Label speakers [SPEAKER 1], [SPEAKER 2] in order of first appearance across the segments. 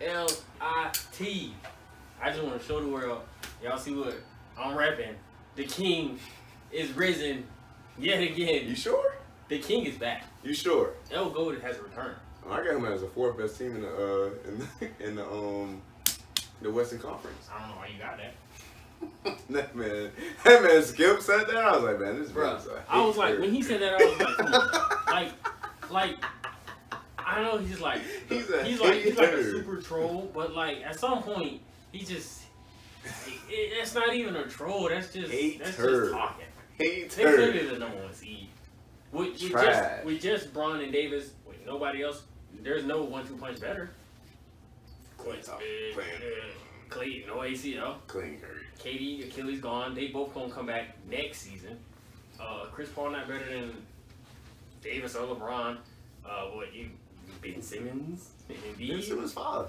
[SPEAKER 1] L I T. I just want to show the world. Y'all see what I'm rapping. The king is risen yet
[SPEAKER 2] You
[SPEAKER 1] again.
[SPEAKER 2] sure?
[SPEAKER 1] The king is back.
[SPEAKER 2] You sure?
[SPEAKER 1] L Golden has returned.
[SPEAKER 2] I got him as the fourth best team in the uh in the, in the um the Western Conference.
[SPEAKER 1] I don't know why you got that.
[SPEAKER 2] That man, that man Skip said that. I was like, man, this
[SPEAKER 1] Bruh,
[SPEAKER 2] man's a
[SPEAKER 1] I was like,
[SPEAKER 2] hater.
[SPEAKER 1] when he said that, I was like, come on. like, like, I know he's like,
[SPEAKER 2] He's a
[SPEAKER 1] he's like, he's like a
[SPEAKER 2] hater.
[SPEAKER 1] super troll, but like at some point, he just, it, that's not even a troll. That's just, that's
[SPEAKER 2] Hater.
[SPEAKER 1] just talking. They
[SPEAKER 2] hater.
[SPEAKER 1] could be the number one seed. With, with
[SPEAKER 2] Trash.
[SPEAKER 1] just with just Braun and Davis, with nobody else, there's no one-two punch better. Clint's
[SPEAKER 2] Stop
[SPEAKER 1] big,
[SPEAKER 2] playing.
[SPEAKER 1] yeah. Clay, no ACL.
[SPEAKER 2] Clean hurt.
[SPEAKER 1] KD, Achilles gone. They both gonna come back next season. Uh, Chris Paul not better than Davis or LeBron. Uh, what you Ben Simmons and
[SPEAKER 2] Ben
[SPEAKER 1] Embiid,
[SPEAKER 2] Simmons father.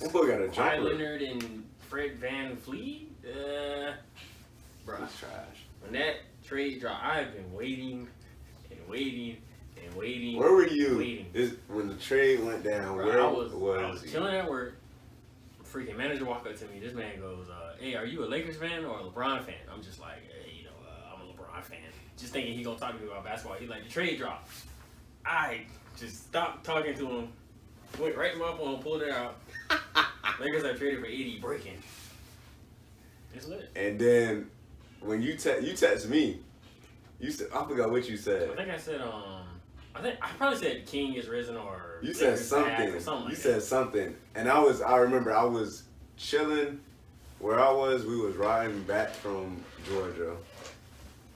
[SPEAKER 2] That boy got a
[SPEAKER 1] Kawhi
[SPEAKER 2] jumper.
[SPEAKER 1] Leonard and Fred Van Fleet. Uh, bruh.
[SPEAKER 2] That's trash.
[SPEAKER 1] When that trade drop, I've been waiting and waiting and waiting.
[SPEAKER 2] Where were you?
[SPEAKER 1] Waiting.
[SPEAKER 2] This, when the trade went down,
[SPEAKER 1] Bro,
[SPEAKER 2] where
[SPEAKER 1] I was, I
[SPEAKER 2] was
[SPEAKER 1] was
[SPEAKER 2] he?
[SPEAKER 1] chilling at work. Freaking manager walk up to me. This man goes, uh, "Hey, are you a Lakers fan or a LeBron fan?" I'm just like, hey, you know, uh, I'm a LeBron fan. Just thinking he gonna talk to me about basketball. He like the trade drop. I just stopped talking to him. Went right to my phone, pulled it out. Lakers I traded for 80 breaking. It's lit.
[SPEAKER 2] And then when you te- you text me, you said I forgot what you
[SPEAKER 1] I
[SPEAKER 2] said.
[SPEAKER 1] think I said, um, I think I probably said King is risen or
[SPEAKER 2] You said
[SPEAKER 1] Lakers back
[SPEAKER 2] something.
[SPEAKER 1] or something
[SPEAKER 2] You
[SPEAKER 1] like
[SPEAKER 2] said
[SPEAKER 1] that.
[SPEAKER 2] something, and I was I remember I was chilling where I was. We was riding back from Georgia.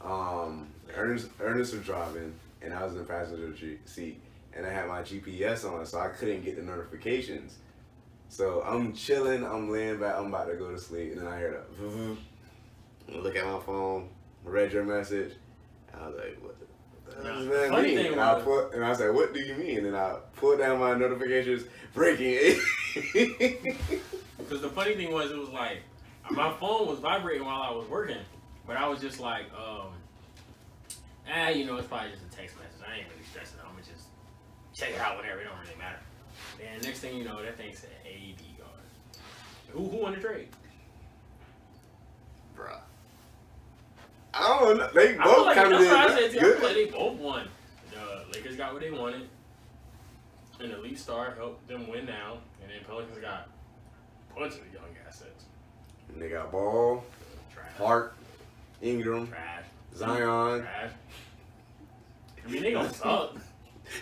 [SPEAKER 2] Um, Ernest Ernest was driving, and I was in the passenger g- seat, and I had my GPS on, so I couldn't get the notifications. So I'm chilling, I'm laying back, I'm about to go to sleep, and then I heard a vroom, vroom. look at my phone, read your message, and I was like, what the, what the hell does
[SPEAKER 1] Nah,
[SPEAKER 2] that
[SPEAKER 1] funny
[SPEAKER 2] mean?
[SPEAKER 1] thing
[SPEAKER 2] and, I
[SPEAKER 1] was-
[SPEAKER 2] put, and I was like, what do you mean? And I pulled down my notifications, breaking it.
[SPEAKER 1] Because the funny thing was, it was like my phone was vibrating while I was working, but I was just like, um, ah, you know, it's probably just a text message. I ain't really stressing. I'm gonna just check it out whenever. It don't really matter. And next thing you know, that thing said AD guard. Who who won the trade?
[SPEAKER 2] Bruh. I don't know. They
[SPEAKER 1] I feel
[SPEAKER 2] both
[SPEAKER 1] like
[SPEAKER 2] kind of
[SPEAKER 1] that's
[SPEAKER 2] did
[SPEAKER 1] what I said too. I
[SPEAKER 2] good.
[SPEAKER 1] feel like they both won. The Lakers got what they wanted. An elite star helped them win now, and then Pelicans got a bunch of young assets.
[SPEAKER 2] They got Ball,
[SPEAKER 1] Trash.
[SPEAKER 2] Hart, Ingram,
[SPEAKER 1] Trash.
[SPEAKER 2] Zion.
[SPEAKER 1] Trash. I mean, they gonna suck.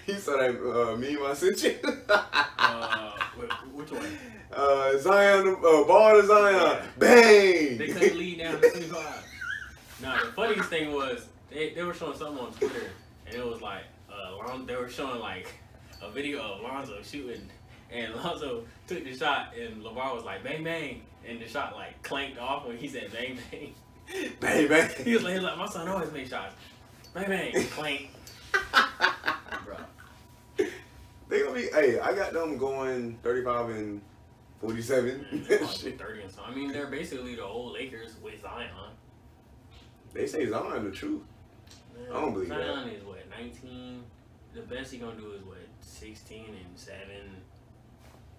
[SPEAKER 2] He saw that uh, meme I sent you.
[SPEAKER 1] Uh, wh- which one?
[SPEAKER 2] uh, Zion, uh, Ball to Zion.
[SPEAKER 1] Yeah.
[SPEAKER 2] Bang!
[SPEAKER 1] They couldn't lead down to 25. Now, the funniest thing was, they, they were showing something on Twitter, and it was like, uh, Lon- they were showing like a video of Lonzo shooting, and Lonzo took the shot, and LeBron was like, bang, bang, and the shot like clanked off when he said bang, bang. He
[SPEAKER 2] bang,
[SPEAKER 1] was
[SPEAKER 2] bang.
[SPEAKER 1] like, he was like my son always makes shots. Bang, bang, clank. Bro,
[SPEAKER 2] they gonna be. Hey, I got them going 35 and 47.
[SPEAKER 1] man, they're probably 30 and something. I mean, they're basically the old Lakers with Zion.
[SPEAKER 2] they say Zion the truth. I don't believe that.
[SPEAKER 1] Zion is what nineteen. The best he gonna do is what sixteen and seven.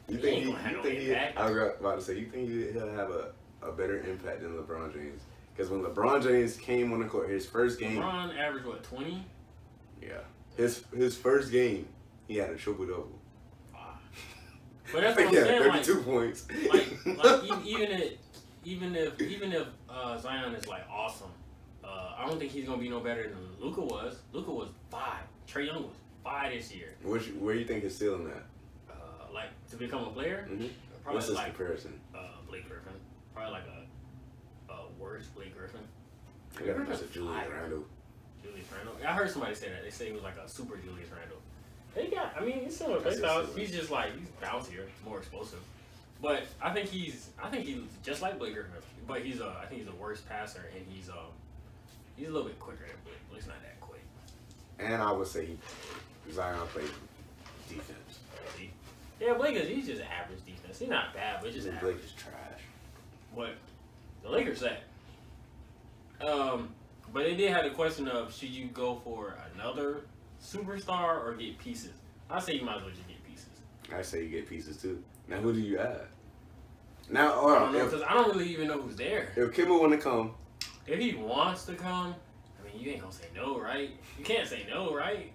[SPEAKER 2] You
[SPEAKER 1] He
[SPEAKER 2] think
[SPEAKER 1] ain't
[SPEAKER 2] he?
[SPEAKER 1] gonna have
[SPEAKER 2] You
[SPEAKER 1] no
[SPEAKER 2] think he?
[SPEAKER 1] impact.
[SPEAKER 2] I was about to say. You think he, he'll have a, a better impact than LeBron James? Because when LeBron James came on the court, his first game.
[SPEAKER 1] LeBron averaged what twenty.
[SPEAKER 2] Yeah. His his first game, he had a triple double.
[SPEAKER 1] But that's what I'm
[SPEAKER 2] yeah,
[SPEAKER 1] saying. Like,
[SPEAKER 2] 32 points.
[SPEAKER 1] like, like e- even if even if even if uh, Zion is like awesome, uh, I don't think he's gonna be no better than Luca was. Luca was five. Trey Young was five this year.
[SPEAKER 2] Which, where you think is ceiling at?
[SPEAKER 1] Uh, like to become a player,
[SPEAKER 2] Mhm.
[SPEAKER 1] probably
[SPEAKER 2] What's his
[SPEAKER 1] like
[SPEAKER 2] comparison?
[SPEAKER 1] uh, Blake Griffin. Probably like a, a worse Blake Griffin.
[SPEAKER 2] I got a
[SPEAKER 1] Griffin's
[SPEAKER 2] bunch of Julius
[SPEAKER 1] fire.
[SPEAKER 2] Randle.
[SPEAKER 1] Julius Randle. I heard somebody say that. They say he was like a super Julius Randle. They got. I mean, it's similar
[SPEAKER 2] That's
[SPEAKER 1] play styles.
[SPEAKER 2] similar.
[SPEAKER 1] He's just like he's bouncier, more explosive. But I think he's. I think he's just like Blake Griffin. But he's a. I think he's a worse passer, and he's um. He's a little bit quicker than Blake. Blake's not that quick.
[SPEAKER 2] And I would say Zion played defense.
[SPEAKER 1] See? Yeah, Blake is. He's just average defense. He's not bad, but he's just
[SPEAKER 2] And
[SPEAKER 1] average.
[SPEAKER 2] Blake is trash.
[SPEAKER 1] But the Lakers that. Um, but they did have the question of should you go for another superstar or get pieces. I say you might as well just get pieces.
[SPEAKER 2] I say you get pieces too. Now who do you add? Now or
[SPEAKER 1] I don't know
[SPEAKER 2] if,
[SPEAKER 1] because I don't really even know who's there.
[SPEAKER 2] if Kimba wanna come,
[SPEAKER 1] If he wants to come, I mean, you ain't gonna say no, right? You can't say no, right?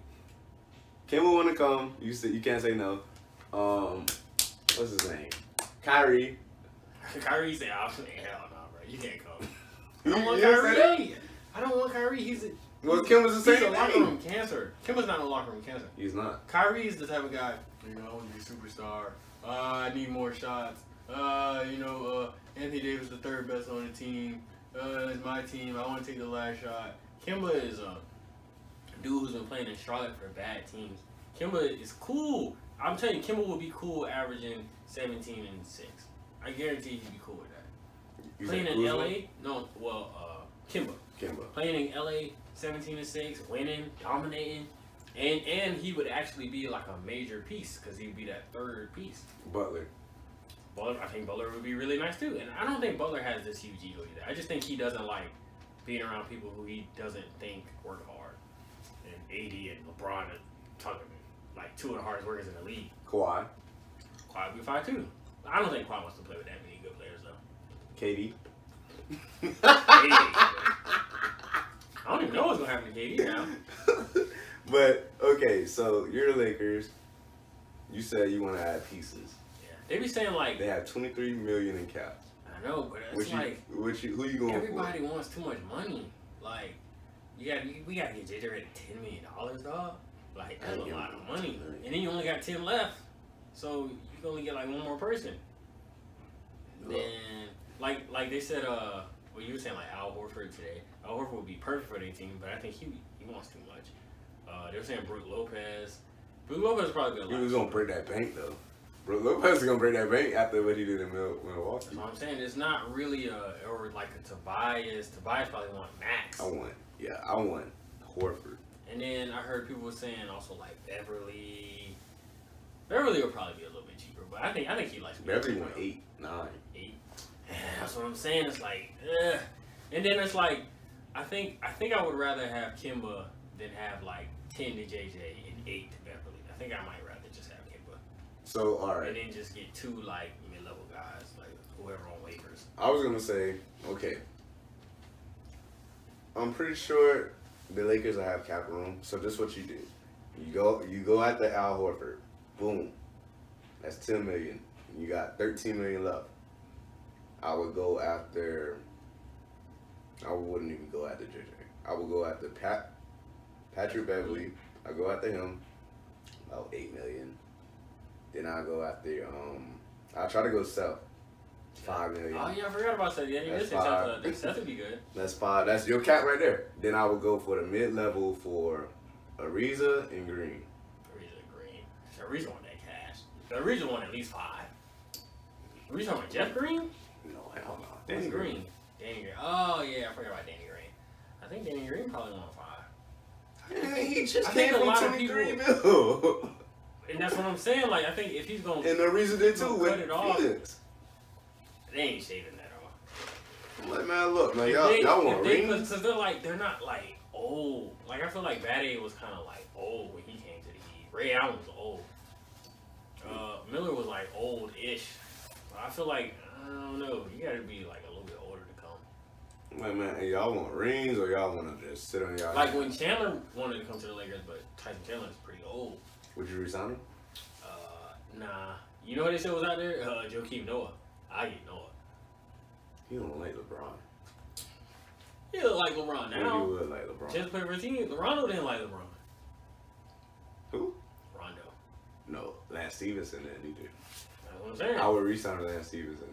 [SPEAKER 2] Kimba wanna come, you say you can't say no. Um what's his name? Kyrie.
[SPEAKER 1] Kyrie said, "I'm saying hell no, bro. You can't come. I
[SPEAKER 2] You-
[SPEAKER 1] don't want
[SPEAKER 2] you didn't say that?
[SPEAKER 1] Kyrie. I don't want Kyrie. He's a,
[SPEAKER 2] Well Kimba's the
[SPEAKER 1] he's a
[SPEAKER 2] same
[SPEAKER 1] locker room
[SPEAKER 2] thing.
[SPEAKER 1] cancer. Kimba's not a locker room cancer.
[SPEAKER 2] He's not.
[SPEAKER 1] Kyrie's the type of guy, you know, I want to be a superstar. Uh, I need more shots. Uh, you know, uh, Anthony Davis the third best on the team. Uh, it's my team. I want to take the last shot. Kimba is a dude who's been playing in Charlotte for bad teams. Kimba is cool. I'm telling you, Kimba would be cool averaging 17 and 6. I guarantee he'd be cool with that.
[SPEAKER 2] You
[SPEAKER 1] Playing
[SPEAKER 2] said
[SPEAKER 1] in
[SPEAKER 2] Kuzma?
[SPEAKER 1] LA? No, well, uh, Kimba
[SPEAKER 2] Kimba.
[SPEAKER 1] playing in LA 17 to 6, winning, dominating. And and he would actually be like a major piece because he'd be that third piece.
[SPEAKER 2] Butler.
[SPEAKER 1] Butler, I think Butler would be really nice too. And I don't think Butler has this huge ego either. I just think he doesn't like being around people who he doesn't think work hard. And AD and LeBron are talking like two of the hardest workers in the league.
[SPEAKER 2] Kawhi.
[SPEAKER 1] Kawhi would be fine too. I don't think Kawhi wants to play with that many good players though.
[SPEAKER 2] KD.
[SPEAKER 1] AD, I don't even know what's gonna happen to KD now.
[SPEAKER 2] but okay, so you're the Lakers. You said you want to add pieces.
[SPEAKER 1] Yeah. They be saying like
[SPEAKER 2] They have 23 million in cap.
[SPEAKER 1] I know, but
[SPEAKER 2] What
[SPEAKER 1] it's
[SPEAKER 2] you,
[SPEAKER 1] like
[SPEAKER 2] what you, who you going
[SPEAKER 1] Everybody wants too much money. Like, you got we gotta get JJ Redick ten million dollars, dog. Like that's a
[SPEAKER 2] Yeah.
[SPEAKER 1] lot of money, and then you only got ten left, so you can only get like one more person.
[SPEAKER 2] for?
[SPEAKER 1] Then, like, like they said, uh, well, you were saying like Al Horford today. Al Horford would be perfect for their team, but I think he he wants too much. Uh, they were saying Brook Lopez. Brook Lopez is probably
[SPEAKER 2] He
[SPEAKER 1] gonna.
[SPEAKER 2] was gonna break that bank though. Bro, Lopez is gonna break that bank after what he did in Mil-
[SPEAKER 1] That's
[SPEAKER 2] Milwaukee.
[SPEAKER 1] what I'm saying. It's not really a or like a Tobias. Tobias probably want max.
[SPEAKER 2] I want, yeah, I want Horford.
[SPEAKER 1] And then I heard people saying also like Beverly. Beverly will probably be a little bit cheaper, but I think I think he likes
[SPEAKER 2] Beverly went eight, nine.
[SPEAKER 1] That's what I'm saying. It's like, ugh. and then it's like, I think I think I would rather have Kimba than have like ten to JJ and eight to Beverly. I think I might rather just have Kimba
[SPEAKER 2] So all right,
[SPEAKER 1] and then just get two like mid level guys like whoever on waivers.
[SPEAKER 2] I was gonna say, okay. I'm pretty sure the Lakers will have cap room. So this what you do. You go you go at the Al Horford. Boom. That's ten million. You got thirteen million left. I would go after I wouldn't even go after JJ. I would go after Pat Patrick Beverly. I go after him. About eight million. Then I'll go after um I'll try to go south. Five million.
[SPEAKER 1] Oh yeah, I forgot about that. Yeah, you
[SPEAKER 2] That's
[SPEAKER 1] did say Seth,
[SPEAKER 2] fire.
[SPEAKER 1] uh, Seth would be good.
[SPEAKER 2] That's five. That's your cap right there. Then I would go for the mid level for Ariza and Green.
[SPEAKER 1] Ariza Green. Ariza want that cash. Ariza want at least five. Ariza want Jeff Green?
[SPEAKER 2] No, hell no.
[SPEAKER 1] Who's Green? Danny Green. Oh yeah, I forgot about Danny Green. I think Danny Green probably want five.
[SPEAKER 2] Yeah, he just
[SPEAKER 1] I
[SPEAKER 2] came
[SPEAKER 1] think a
[SPEAKER 2] from
[SPEAKER 1] lot of
[SPEAKER 2] twenty three mil.
[SPEAKER 1] And that's what I'm saying. Like I think if he's gonna,
[SPEAKER 2] and Ariza did too
[SPEAKER 1] Cut
[SPEAKER 2] with
[SPEAKER 1] it off.
[SPEAKER 2] Phoenix.
[SPEAKER 1] they ain't shaving that off.
[SPEAKER 2] I'm like, man, look, man,
[SPEAKER 1] If
[SPEAKER 2] y'all,
[SPEAKER 1] they,
[SPEAKER 2] y'all
[SPEAKER 1] if
[SPEAKER 2] want
[SPEAKER 1] they-
[SPEAKER 2] rings?
[SPEAKER 1] Cause, 'cause they're like they're not like old. Like I feel like Batty was kind of like old when he came to the Heat. Ray Allen was old. Uh, Miller was like old-ish. I feel like I don't know. You got to be like a little bit older to come.
[SPEAKER 2] I'm like, man, hey, y'all want rings or y'all want to just sit on y'all?
[SPEAKER 1] Like when Chandler wanted to come to the Lakers, but Tyson Chandler is pretty old.
[SPEAKER 2] would you resign him?
[SPEAKER 1] Uh, nah. You know who they said was out there? Uh, Joakim Noah. I get Noah.
[SPEAKER 2] He don't like LeBron.
[SPEAKER 1] He look like LeBron
[SPEAKER 2] Well,
[SPEAKER 1] now.
[SPEAKER 2] you would like LeBron.
[SPEAKER 1] Just played for a team. Rondo didn't like LeBron.
[SPEAKER 2] Who?
[SPEAKER 1] Rondo.
[SPEAKER 2] No, Lance Stevenson didn't either.
[SPEAKER 1] That's what I'm saying.
[SPEAKER 2] I would resign Lance Stevenson.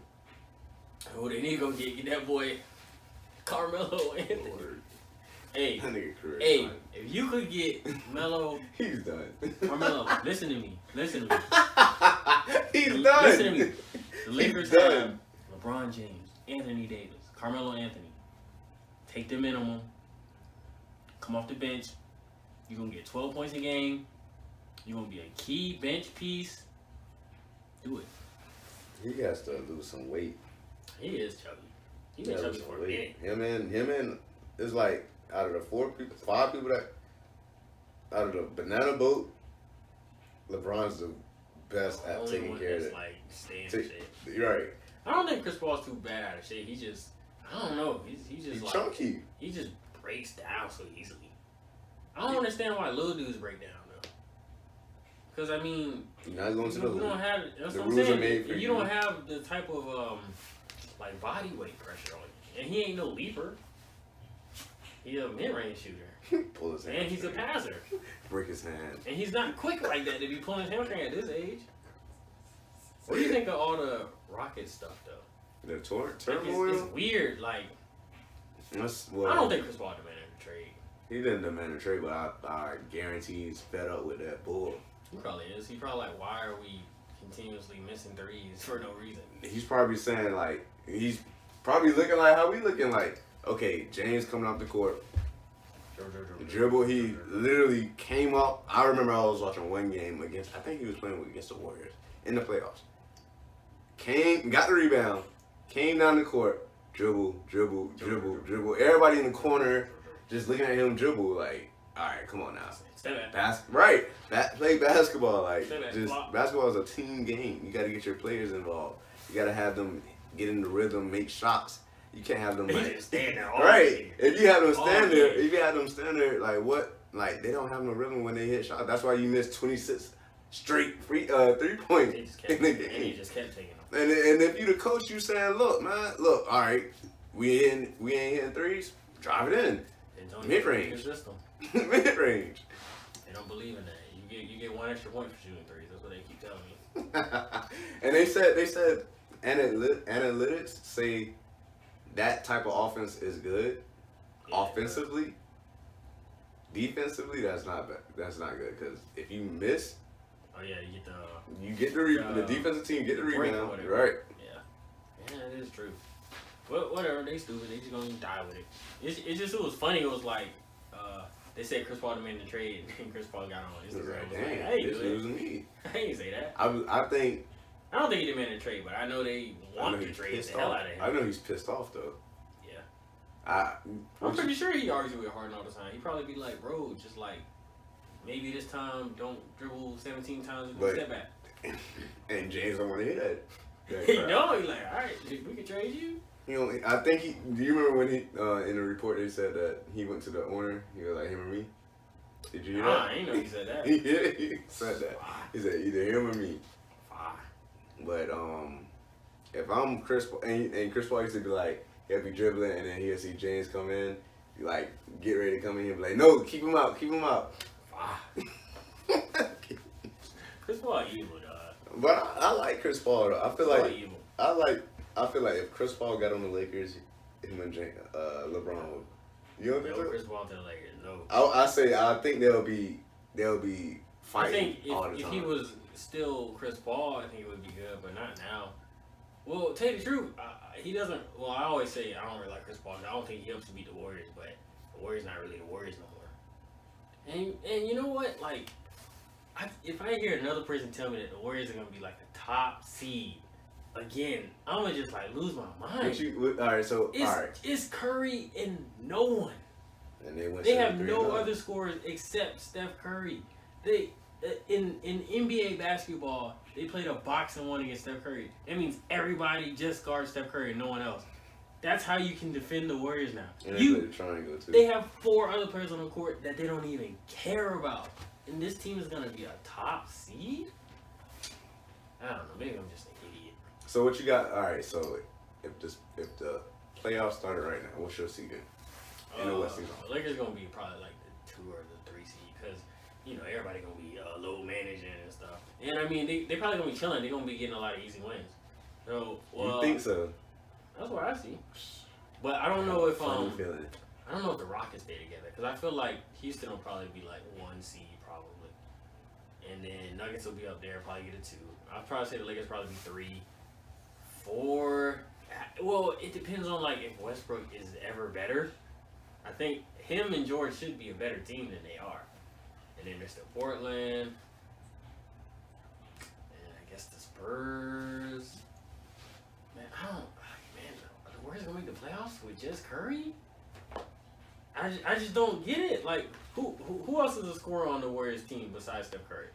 [SPEAKER 1] Who they need to go get, get that boy Carmelo Anthony.
[SPEAKER 2] Lord,
[SPEAKER 1] Hey,
[SPEAKER 2] that nigga career. is
[SPEAKER 1] hey,
[SPEAKER 2] done.
[SPEAKER 1] if you could get Melo,
[SPEAKER 2] He's done.
[SPEAKER 1] Carmelo, listen to me. Listen to me.
[SPEAKER 2] He's
[SPEAKER 1] L-
[SPEAKER 2] done.
[SPEAKER 1] listen to me. um, The
[SPEAKER 2] He's
[SPEAKER 1] Lakers have
[SPEAKER 2] done.
[SPEAKER 1] LeBron James, Anthony Davis, Carmelo Anthony. Take the minimum. Come off the bench. You're gonna get 12 points a game. You're gonna be a key bench piece. Do it.
[SPEAKER 2] He has to lose some weight.
[SPEAKER 1] He is chubby. He
[SPEAKER 2] He
[SPEAKER 1] been
[SPEAKER 2] has to
[SPEAKER 1] chubby
[SPEAKER 2] lose
[SPEAKER 1] for
[SPEAKER 2] some
[SPEAKER 1] a minute.
[SPEAKER 2] weight. Him and him and it's like out of the four people, five people that out of the banana boat, LeBron's the best
[SPEAKER 1] The
[SPEAKER 2] at
[SPEAKER 1] only
[SPEAKER 2] taking
[SPEAKER 1] one
[SPEAKER 2] care of
[SPEAKER 1] that's,
[SPEAKER 2] it.
[SPEAKER 1] like staying
[SPEAKER 2] Take-
[SPEAKER 1] in shape.
[SPEAKER 2] You're right.
[SPEAKER 1] I don't think Chris Paul's too bad out of shape. He just I don't know. He's he just
[SPEAKER 2] He's
[SPEAKER 1] like
[SPEAKER 2] chunky.
[SPEAKER 1] he just breaks down so easily. I don't understand why little dudes break down though. Because I mean,
[SPEAKER 2] You're not going to
[SPEAKER 1] you
[SPEAKER 2] the
[SPEAKER 1] you don't
[SPEAKER 2] league.
[SPEAKER 1] have that's
[SPEAKER 2] The
[SPEAKER 1] what I'm
[SPEAKER 2] rules are
[SPEAKER 1] saying.
[SPEAKER 2] made for
[SPEAKER 1] you,
[SPEAKER 2] you.
[SPEAKER 1] don't have the type of um like body weight pressure on you. And he ain't no leaper. He's a mid range shooter.
[SPEAKER 2] Pull his hand.
[SPEAKER 1] And he's a passer.
[SPEAKER 2] Break his hand.
[SPEAKER 1] And he's not quick like that to be pulling his hamstring at this age. What do you think of all the rocket stuff though?
[SPEAKER 2] The tor-
[SPEAKER 1] Like, it's,
[SPEAKER 2] turmoil.
[SPEAKER 1] it's weird. Like
[SPEAKER 2] That's
[SPEAKER 1] I
[SPEAKER 2] well,
[SPEAKER 1] don't think Chris Paul demanded a trade.
[SPEAKER 2] he didn't demand a trade, but I, I guarantee he's fed up with that bull.
[SPEAKER 1] He probably is. He probably like, why are we continuously missing threes for no reason?
[SPEAKER 2] He's probably saying like he's probably looking like how we looking like. Okay, James coming off the court, dribble. He literally came up. I remember I was watching one game against. I think he was playing against the Warriors in the playoffs. Came, got the rebound, came down the court, dribble, dribble, dribble, dribble. Everybody in the corner just looking at him dribble. Like, all right, come on now.
[SPEAKER 1] Step back.
[SPEAKER 2] Bas- right. That play basketball like
[SPEAKER 1] Say that,
[SPEAKER 2] just
[SPEAKER 1] flop.
[SPEAKER 2] basketball is a team game. You got to get your players involved. You got to have them get in the rhythm, make shots. You can't have them
[SPEAKER 1] He
[SPEAKER 2] like
[SPEAKER 1] just stand there all
[SPEAKER 2] right.
[SPEAKER 1] day.
[SPEAKER 2] If you have them
[SPEAKER 1] All
[SPEAKER 2] stand there,
[SPEAKER 1] day.
[SPEAKER 2] if you have them stand there, like what? Like they don't have no rhythm when they hit shots. That's why you miss twenty six straight free uh three
[SPEAKER 1] They
[SPEAKER 2] points
[SPEAKER 1] just kept
[SPEAKER 2] in the
[SPEAKER 1] and he
[SPEAKER 2] game.
[SPEAKER 1] just kept taking them.
[SPEAKER 2] And and if you the coach, you saying, look, man, look, all right, we hitting, we ain't hitting threes. Drive it in
[SPEAKER 1] And Tony
[SPEAKER 2] Mid-range.
[SPEAKER 1] His system.
[SPEAKER 2] mid range.
[SPEAKER 1] They don't believe in that. You get you get one extra point for shooting threes. That's what they keep telling me.
[SPEAKER 2] and they said they said analy- analytics say that type of offense is good
[SPEAKER 1] Yeah.
[SPEAKER 2] offensively. Defensively, that's not bad. That's not good because if you miss,
[SPEAKER 1] Oh yeah, you get the
[SPEAKER 2] you get the re-
[SPEAKER 1] Uh,
[SPEAKER 2] the defensive team get the
[SPEAKER 1] break or
[SPEAKER 2] rebound,
[SPEAKER 1] whatever.
[SPEAKER 2] right?
[SPEAKER 1] yeah. Yeah, it is true. But whatever, they stupid. They just gonna die with it. It's, it's just it was funny. It was like uh, they said Chris Paul demanded a trade, and Chris Paul got on
[SPEAKER 2] It's
[SPEAKER 1] Instagram.
[SPEAKER 2] like,
[SPEAKER 1] was like,
[SPEAKER 2] damn,
[SPEAKER 1] I ain't
[SPEAKER 2] this
[SPEAKER 1] do
[SPEAKER 2] was me.
[SPEAKER 1] it. I ain't say that.
[SPEAKER 2] I, was- I think
[SPEAKER 1] I don't think he demanded a trade, but I know they
[SPEAKER 2] I know
[SPEAKER 1] want to
[SPEAKER 2] he's
[SPEAKER 1] trade
[SPEAKER 2] pissed
[SPEAKER 1] the hell
[SPEAKER 2] off.
[SPEAKER 1] out of him.
[SPEAKER 2] I know he's pissed off though.
[SPEAKER 1] Yeah.
[SPEAKER 2] I,
[SPEAKER 1] I'm pretty sure he argues with Harden all the time. He probably be like, bro, just like maybe this time don't dribble 17 times and do a
[SPEAKER 2] But-
[SPEAKER 1] step back.
[SPEAKER 2] and James don't want to hear that.
[SPEAKER 1] He know he like, all right, we can trade you.
[SPEAKER 2] You know, I think he. Do you remember when he uh, in the report they said that he went to the owner? He was like, "Him or me?" Did you hear
[SPEAKER 1] Nah, I
[SPEAKER 2] that?
[SPEAKER 1] ain't know he said that.
[SPEAKER 2] yeah, he said that.
[SPEAKER 1] Fuck,
[SPEAKER 2] He said either him or me.
[SPEAKER 1] fuck.
[SPEAKER 2] But um, if I'm Chris Paul, and, and Chris Paul used to be like, he'll be dribbling, and then he'll see James come in, be like get ready to come in, he'll be like, "No, keep him out, keep him out."
[SPEAKER 1] Fuck.
[SPEAKER 2] but
[SPEAKER 1] Chris Paul evil, dog.
[SPEAKER 2] I, I like Chris Paul though. I feel
[SPEAKER 1] Paul
[SPEAKER 2] like
[SPEAKER 1] evil.
[SPEAKER 2] I like I feel like if Chris Paul got on the Lakers, him and James, uh, LeBron would. You know what I'm
[SPEAKER 1] No
[SPEAKER 2] saying?
[SPEAKER 1] Chris Paul to the Lakers. No.
[SPEAKER 2] I, I say I think they'll be they'll be
[SPEAKER 1] I
[SPEAKER 2] fighting
[SPEAKER 1] think
[SPEAKER 2] all the
[SPEAKER 1] if, if
[SPEAKER 2] time.
[SPEAKER 1] he was still Chris Paul, I think it would be good, but not now. Well, tell you the truth, uh, he doesn't. Well, I always say I don't really like Chris Paul. I don't think he helps to beat the Warriors, but the Warriors not really the Warriors no more. And and you know what? Like, I, if I hear another person tell me that the Warriors are gonna be like the top seed again, I'm gonna just like lose my mind.
[SPEAKER 2] What you- what- all right, so
[SPEAKER 1] it's,
[SPEAKER 2] all right,
[SPEAKER 1] it's Curry and no one.
[SPEAKER 2] and they went.
[SPEAKER 1] They have
[SPEAKER 2] 73
[SPEAKER 1] no
[SPEAKER 2] and oh.
[SPEAKER 1] other scorers except Steph Curry. They uh, in in NBA basketball, they played a box and one against Steph Curry. That means everybody just guards Steph Curry and no one else. That's how you can defend the Warriors now.
[SPEAKER 2] And they
[SPEAKER 1] You
[SPEAKER 2] played the triangle too.
[SPEAKER 1] they have four other players on the court that they don't even care about. And this team is gonna be a top seed? I don't know, maybe I'm just an idiot.
[SPEAKER 2] so what you got? All right, so if this if the playoffs started right now, what's your seeding? In the
[SPEAKER 1] Uh,
[SPEAKER 2] Western Conference.
[SPEAKER 1] the Lakers gonna be probably like the two or the three seed because you know everybody gonna be uh, low managing and stuff. And I mean they they probably gonna be chilling. They gonna be getting a lot of easy wins. So well,
[SPEAKER 2] you think so?
[SPEAKER 1] that's what I see. But I don't know if
[SPEAKER 2] Funny
[SPEAKER 1] um
[SPEAKER 2] feeling.
[SPEAKER 1] I don't know if the Rockets stay together because I feel like Houston will probably be like one seed probably, and then Nuggets will be up there probably get a two. I'd probably say the Lakers probably be three, four. I- Well, it depends on like if Westbrook is ever better. I think him and George should be a better team than they are, and then there's the Portland, and I guess the Spurs. Man, I don't. ah, Man, are the Warriors gonna make the playoffs with just Curry? I just, I just don't get it. Like, who, who who else is a scorer on the Warriors team besides Steph Curry?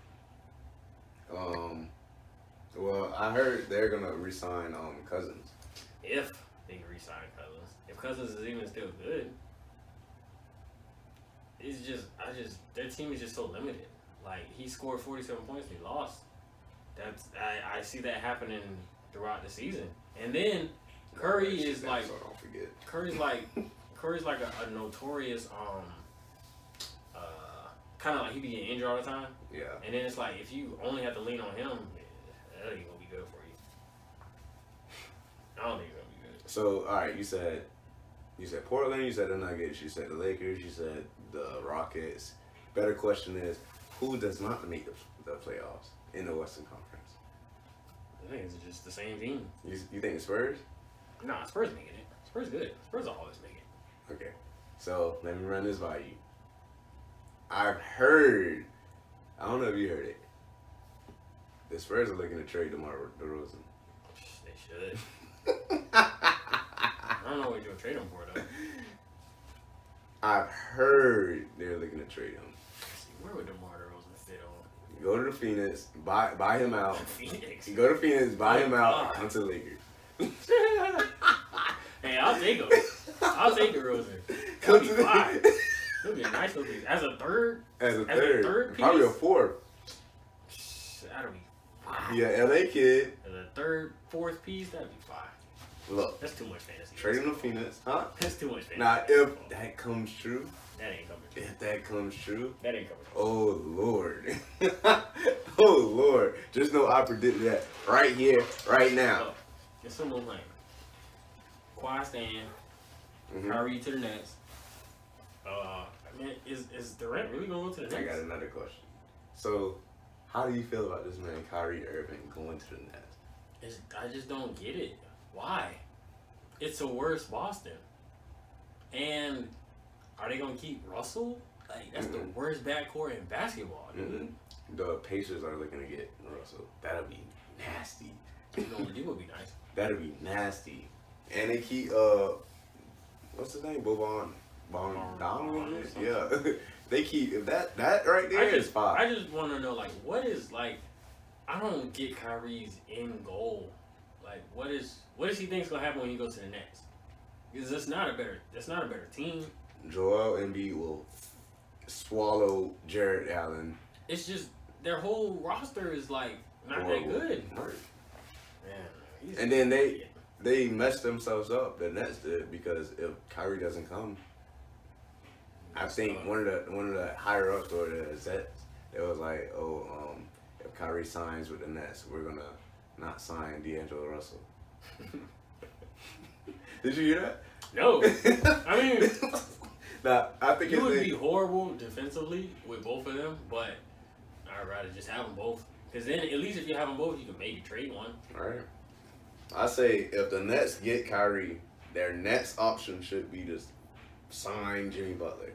[SPEAKER 2] Um, Well, I heard they're gonna resign um Cousins.
[SPEAKER 1] If they can resign Cousins, if Cousins is even still good, it's just I just their team is just so limited. Like he scored forty seven points, they lost. That's I, I see that happening throughout the season, and then Curry
[SPEAKER 2] That's-
[SPEAKER 1] is like
[SPEAKER 2] so don't forget.
[SPEAKER 1] Curry's like Curry's like a, a notorious um uh kind of like he be getting injured all the time,
[SPEAKER 2] Yeah.
[SPEAKER 1] and then it's like if you only have to lean on him, eh, that ain't gonna be good for you. I don't think it's gonna be good.
[SPEAKER 2] So all right, you said you said Portland, you said the Nuggets, you said the Lakers, you said the Rockets. Better question is who does not make the, the playoffs in the Western Conference?
[SPEAKER 1] I think it's just the same team.
[SPEAKER 2] You you think Spurs?
[SPEAKER 1] Nah, Spurs making it. Spurs good. Spurs always make it.
[SPEAKER 2] Okay. So let me run this by you. I've heard. I don't know if you heard it. The Spurs are looking to trade DeMar DeRozan.
[SPEAKER 1] Psh, They should. I don't know what you'll trade him for though.
[SPEAKER 2] I've heard they're looking to trade him.
[SPEAKER 1] Let's see, where would DeMar DeRozan fit on?
[SPEAKER 2] Go to the Phoenix, buy buy him out.
[SPEAKER 1] Phoenix.
[SPEAKER 2] Go to Phoenix, buy him out,
[SPEAKER 1] God.
[SPEAKER 2] come to the Lakers.
[SPEAKER 1] hey, I'll take him. I'll take DeRozan.
[SPEAKER 2] Come
[SPEAKER 1] That'd
[SPEAKER 2] to
[SPEAKER 1] be fine.
[SPEAKER 2] the
[SPEAKER 1] He'll be a nice little piece. As a third,
[SPEAKER 2] as
[SPEAKER 1] As
[SPEAKER 2] a
[SPEAKER 1] a
[SPEAKER 2] third,
[SPEAKER 1] third
[SPEAKER 2] probably a
[SPEAKER 1] piece?
[SPEAKER 2] fourth.
[SPEAKER 1] psh, that'll be fine.
[SPEAKER 2] Yeah, LA kid.
[SPEAKER 1] As a third, fourth piece, that'd be fine.
[SPEAKER 2] Look,
[SPEAKER 1] That's too much fantasy.
[SPEAKER 2] trade him to Phoenix, huh?
[SPEAKER 1] That's too much fantasy.
[SPEAKER 2] Now, if that comes true,
[SPEAKER 1] that ain't coming true.
[SPEAKER 2] if that comes true,
[SPEAKER 1] That ain't coming true.
[SPEAKER 2] Oh Lord. oh Lord. Just know I predicted that right here, right now.
[SPEAKER 1] Oh, it's someone like Kawhi Stan,
[SPEAKER 2] Mhm.
[SPEAKER 1] Kyrie to the Nets. Uh, man, is is Durant really going to the
[SPEAKER 2] I got
[SPEAKER 1] Nets?
[SPEAKER 2] another question. So, how do you feel about this man Kyrie Irving going to the Nets?
[SPEAKER 1] It's, I just don't get it. Why? It's a worse Boston. And are they gonna keep Russell? Like that's the
[SPEAKER 2] Mhm.
[SPEAKER 1] worst backcourt in basketball, dude.
[SPEAKER 2] Mm-hmm. The Pacers are looking to get Russell. That'll be nasty.
[SPEAKER 1] You know what would be nice.
[SPEAKER 2] That'll be nasty. And they keep uh, what's his name? Boban. Bon
[SPEAKER 1] Bon-
[SPEAKER 2] Donald.
[SPEAKER 1] Bon-
[SPEAKER 2] Yeah. they keep if that that right there is
[SPEAKER 1] I just,
[SPEAKER 2] five.
[SPEAKER 1] I just want to know, like, what is like? I don't get Kyrie's end goal. Like, what is what does he think's gonna happen when he goes to the Nets? Because that's not a better that's not a better team.
[SPEAKER 2] Joel Embiid will swallow Jared Allen.
[SPEAKER 1] It's just their whole roster is like not that
[SPEAKER 2] Horrible.
[SPEAKER 1] good.
[SPEAKER 2] Right.
[SPEAKER 1] Man, he's-
[SPEAKER 2] And then they they messed themselves up. The Nets did because if Kyrie doesn't come, I think one of the one of the higher ups or the execs, it was like, oh, um, if Kyrie signs with the Nets, we're gonna not sign D'Angelo Russell. did you hear
[SPEAKER 1] no,
[SPEAKER 2] that?
[SPEAKER 1] Oh. I mean,
[SPEAKER 2] nah, I think
[SPEAKER 1] it
[SPEAKER 2] it's
[SPEAKER 1] would be horrible defensively with both of them, but I'd rather just have them both. Because then, at least if you have them both, you can maybe trade one.
[SPEAKER 2] All right. I say if the Nets get Kyrie, their next option should be to sign Jimmy Butler.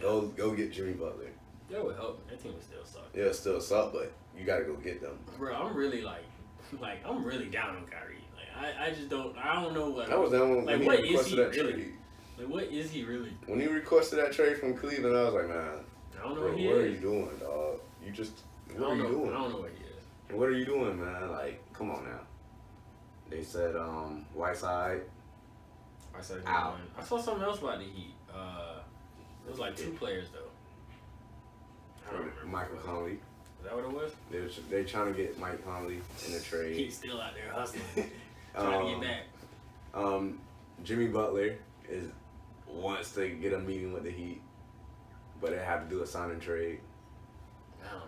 [SPEAKER 2] Go go get Jimmy Butler.
[SPEAKER 1] That would help. That team would still suck.
[SPEAKER 2] It'll still suck, but you gotta go get them.
[SPEAKER 1] Bro, I'm really like, like I'm really down on Kyrie. Like I, I just don't, I don't know what.
[SPEAKER 2] That was that one
[SPEAKER 1] Like,
[SPEAKER 2] when
[SPEAKER 1] what is
[SPEAKER 2] he requested
[SPEAKER 1] he
[SPEAKER 2] that
[SPEAKER 1] really?
[SPEAKER 2] trade.
[SPEAKER 1] like, what is he really?
[SPEAKER 2] When he requested that trade from Cleveland, I was like, man,
[SPEAKER 1] I don't know
[SPEAKER 2] bro,
[SPEAKER 1] what
[SPEAKER 2] what
[SPEAKER 1] he
[SPEAKER 2] are
[SPEAKER 1] is.
[SPEAKER 2] you doing, dog? You just
[SPEAKER 1] I
[SPEAKER 2] what are
[SPEAKER 1] don't
[SPEAKER 2] you
[SPEAKER 1] know.
[SPEAKER 2] doing?
[SPEAKER 1] I don't know what he is.
[SPEAKER 2] What are you doing, man? Like, come on now. They said um Whiteside.
[SPEAKER 1] I said
[SPEAKER 2] Ow.
[SPEAKER 1] one. I saw something else about the Heat. Uh, it was like two players though. I don't remember.
[SPEAKER 2] Michael
[SPEAKER 1] Is
[SPEAKER 2] Conley.
[SPEAKER 1] that what it was?
[SPEAKER 2] They're they trying to get Mike Conley in a trade.
[SPEAKER 1] He's still out there hustling, trying to
[SPEAKER 2] Um,
[SPEAKER 1] get back.
[SPEAKER 2] Um, Jimmy Butler is wants to get a meeting with the Heat, but they have to do a sign and trade.
[SPEAKER 1] I don't know.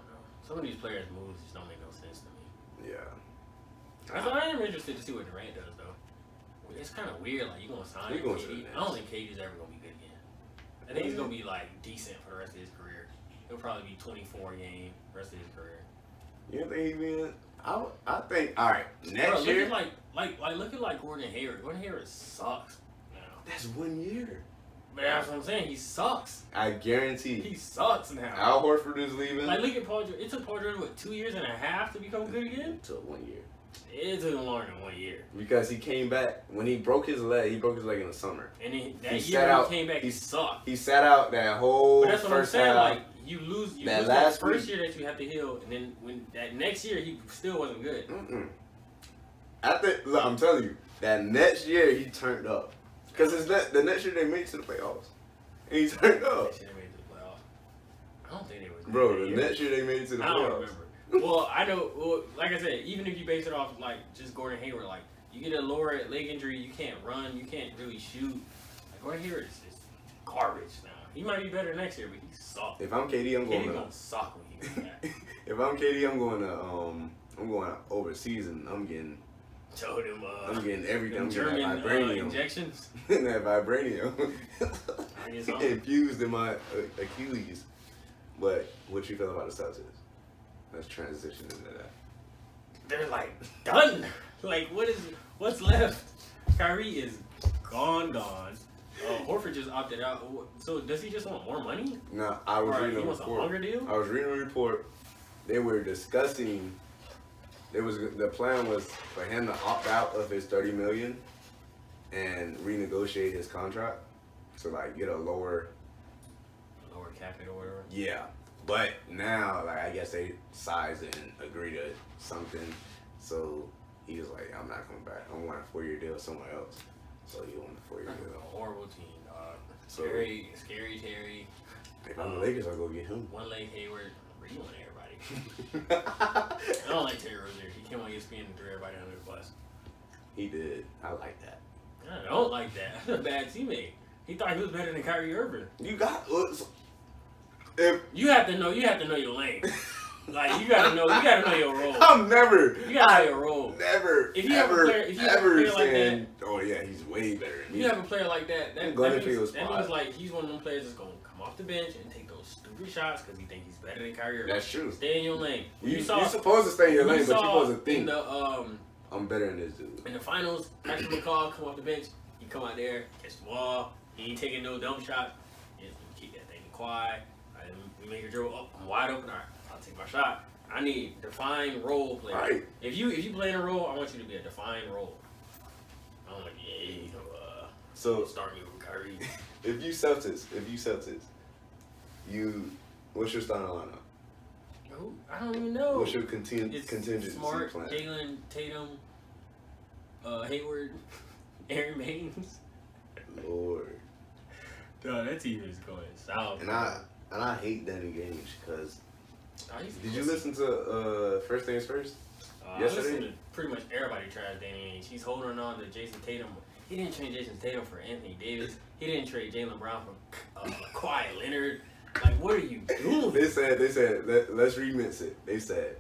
[SPEAKER 1] Some of these players' moves just don't make no sense to me.
[SPEAKER 2] Yeah,
[SPEAKER 1] I, thought- I am interested to see what Durant does though. It's kind of weird. Like you gonna sign
[SPEAKER 2] He going to the
[SPEAKER 1] KD?
[SPEAKER 2] Nets.
[SPEAKER 1] I don't think KD's ever gonna be good again. I think he's gonna be like decent for the rest of his career. He'll probably be 24 game rest of his career.
[SPEAKER 2] you don't think he being? I I think all right
[SPEAKER 1] Bro,
[SPEAKER 2] next
[SPEAKER 1] look
[SPEAKER 2] year.
[SPEAKER 1] at like like like look at like Gordon Hayward. Gordon Hayward sucks now.
[SPEAKER 2] that's one year.
[SPEAKER 1] But that's what I'm saying. He sucks.
[SPEAKER 2] I guarantee.
[SPEAKER 1] He sucks now.
[SPEAKER 2] Al Horford is leaving.
[SPEAKER 1] Like look at Paul. George. It took Paul George what two years and a half to become good again.
[SPEAKER 2] To one year
[SPEAKER 1] It took him longer than one year.
[SPEAKER 2] because he came back when he broke his leg. He broke his leg in the summer.
[SPEAKER 1] And then that
[SPEAKER 2] He
[SPEAKER 1] year
[SPEAKER 2] sat
[SPEAKER 1] he
[SPEAKER 2] out.
[SPEAKER 1] came back, he
[SPEAKER 2] He-
[SPEAKER 1] sucked.
[SPEAKER 2] He sat out that whole
[SPEAKER 1] But that's what I'm
[SPEAKER 2] first
[SPEAKER 1] saying.
[SPEAKER 2] half.
[SPEAKER 1] Like you lose you
[SPEAKER 2] That
[SPEAKER 1] lose that
[SPEAKER 2] last
[SPEAKER 1] first
[SPEAKER 2] week-
[SPEAKER 1] year that you have to heal, and then when that next year he still wasn't good.
[SPEAKER 2] Mm-mm. I think, look, I'm telling you, that next year he turned up. Because it's that, the next year they made it to the playoffs. And he turned up.
[SPEAKER 1] They should have made the playoffs. I don't think they was. good that
[SPEAKER 2] Bro, the
[SPEAKER 1] year.
[SPEAKER 2] next year they made it to the
[SPEAKER 1] I don't
[SPEAKER 2] playoffs.
[SPEAKER 1] remember. Well, I know. Well, like I said, even if you base it off like just Gordon Hayward, like you get a lower leg injury, you can't run, you can't really shoot. Like Gordon Hayward is just garbage now. He might be better next year, but he sucks.
[SPEAKER 2] If I'm KD, I'm
[SPEAKER 1] KD
[SPEAKER 2] going
[SPEAKER 1] gonna
[SPEAKER 2] to.
[SPEAKER 1] suck when he comes back.
[SPEAKER 2] if I'm KD, I'm going to. Um, I'm going overseas and I'm getting
[SPEAKER 1] Told him. Uh,
[SPEAKER 2] I'm getting
[SPEAKER 1] them
[SPEAKER 2] everything. I'm getting
[SPEAKER 1] German
[SPEAKER 2] that
[SPEAKER 1] uh,
[SPEAKER 2] vibranium,
[SPEAKER 1] injections.
[SPEAKER 2] that vibranium
[SPEAKER 1] I guess I'm-
[SPEAKER 2] infused in my uh, Achilles. But what you feel about the Celtics? Let's transition into that.
[SPEAKER 1] They're like done. Like what is what's left? Kyrie is gone, gone. Uh, Horford just opted out. So does he just want more money?
[SPEAKER 2] No, I was
[SPEAKER 1] Or he
[SPEAKER 2] reading a
[SPEAKER 1] wants a
[SPEAKER 2] report.
[SPEAKER 1] longer deal?
[SPEAKER 2] I was reading a report. They were discussing. There was the plan was for him to opt out of his thirty million, and renegotiate his contract to like get a lower.
[SPEAKER 1] Lower cap it or whatever.
[SPEAKER 2] Yeah, but now like I guess they size and agree to something, so he was like, I'm not coming back. I want a four year deal somewhere else. So he wanted a four year
[SPEAKER 1] This is a
[SPEAKER 2] deal.
[SPEAKER 1] horrible team, dog.
[SPEAKER 2] So-
[SPEAKER 1] Scary, scary Terry,
[SPEAKER 2] If I'm the Lakers, I'll go get him.
[SPEAKER 1] one leg Hayward, reeling everybody. I don't like Terry Rozier. He came on E ESPN and threw everybody under the bus.
[SPEAKER 2] he did. I like that.
[SPEAKER 1] I don't like that. That's a bad teammate. He thought he was better than Kyrie Irving.
[SPEAKER 2] You got if
[SPEAKER 1] You have to know. You have to know your lane. Like you gotta know. You gotta know your role.
[SPEAKER 2] I'm never,
[SPEAKER 1] You gotta know your role.
[SPEAKER 2] never,
[SPEAKER 1] If you have a
[SPEAKER 2] ever,
[SPEAKER 1] player- if you have a
[SPEAKER 2] ever
[SPEAKER 1] player like
[SPEAKER 2] saying, "Oh yeah, he's way better than
[SPEAKER 1] If
[SPEAKER 2] me."
[SPEAKER 1] you have a player like that,
[SPEAKER 2] I'm
[SPEAKER 1] that,
[SPEAKER 2] glad
[SPEAKER 1] that,
[SPEAKER 2] if he
[SPEAKER 1] means,
[SPEAKER 2] was
[SPEAKER 1] that means
[SPEAKER 2] five.
[SPEAKER 1] like he's one of them players that's gonna come off the bench and take those stupid shots because he think he's better than Kyrie Irving.
[SPEAKER 2] That's true.
[SPEAKER 1] Stay in your lane.
[SPEAKER 2] You, you are supposed to stay in your
[SPEAKER 1] you
[SPEAKER 2] lane, but you're
[SPEAKER 1] saw
[SPEAKER 2] supposed to
[SPEAKER 1] in
[SPEAKER 2] think
[SPEAKER 1] the um
[SPEAKER 2] I'm better than this dude.
[SPEAKER 1] in the finals, Patrick McCall come off the bench. He come out there, catch the ball. He ain't taking no dumb shot. He just keep that thing quiet. All right, we make a dribble up. I'm wide open. All right, I'll take my shot. I need defined role player.
[SPEAKER 2] Right.
[SPEAKER 1] If you if you playing a role, I want you to be a defined role. I don't like yeah, you know, uh,
[SPEAKER 2] So
[SPEAKER 1] don't start me with Kyrie.
[SPEAKER 2] if you Celtics, if you Celtics, you what's your starting lineup?
[SPEAKER 1] Who? I don't even know.
[SPEAKER 2] What's your contin-
[SPEAKER 1] Oh, It's
[SPEAKER 2] contingency
[SPEAKER 1] Smart,
[SPEAKER 2] plan?
[SPEAKER 1] Jalen Tatum, uh, Hayward, Aaron Baines.
[SPEAKER 2] Lord,
[SPEAKER 1] Duh, that team is going south.
[SPEAKER 2] and I and I hate Danny Games because
[SPEAKER 1] Oh, he's a
[SPEAKER 2] did you
[SPEAKER 1] pussy.
[SPEAKER 2] listen to uh, First Things First?
[SPEAKER 1] Uh,
[SPEAKER 2] Yesterday?
[SPEAKER 1] I listened to pretty much everybody trash Danny Ainge. He's holding on to Jason Tatum. He didn't trade Jason Tatum for Anthony Davis. He didn't trade Jalen Brown for uh, Kawhi Leonard. Like, what are you doing?
[SPEAKER 2] They said they said let, let's remix it. They said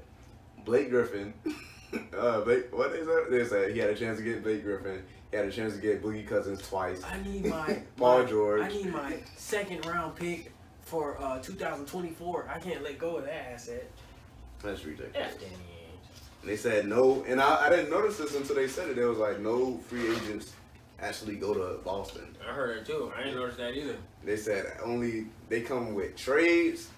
[SPEAKER 2] Blake Griffin. Uh, Blake, what they said? They said he had a chance to get Blake Griffin. He had a chance to get Boogie Cousins twice.
[SPEAKER 1] I need my
[SPEAKER 2] Paul
[SPEAKER 1] my-
[SPEAKER 2] George.
[SPEAKER 1] I need my second round pick for uh, 2024. I can't let go of that asset.
[SPEAKER 2] That's ridiculous.
[SPEAKER 1] F Danny Ainge.
[SPEAKER 2] They said no, and I, I didn't notice this until they said it. There was like no free agents actually go to Boston.
[SPEAKER 1] I heard that too. I didn't notice that either.
[SPEAKER 2] They said only they come with trades,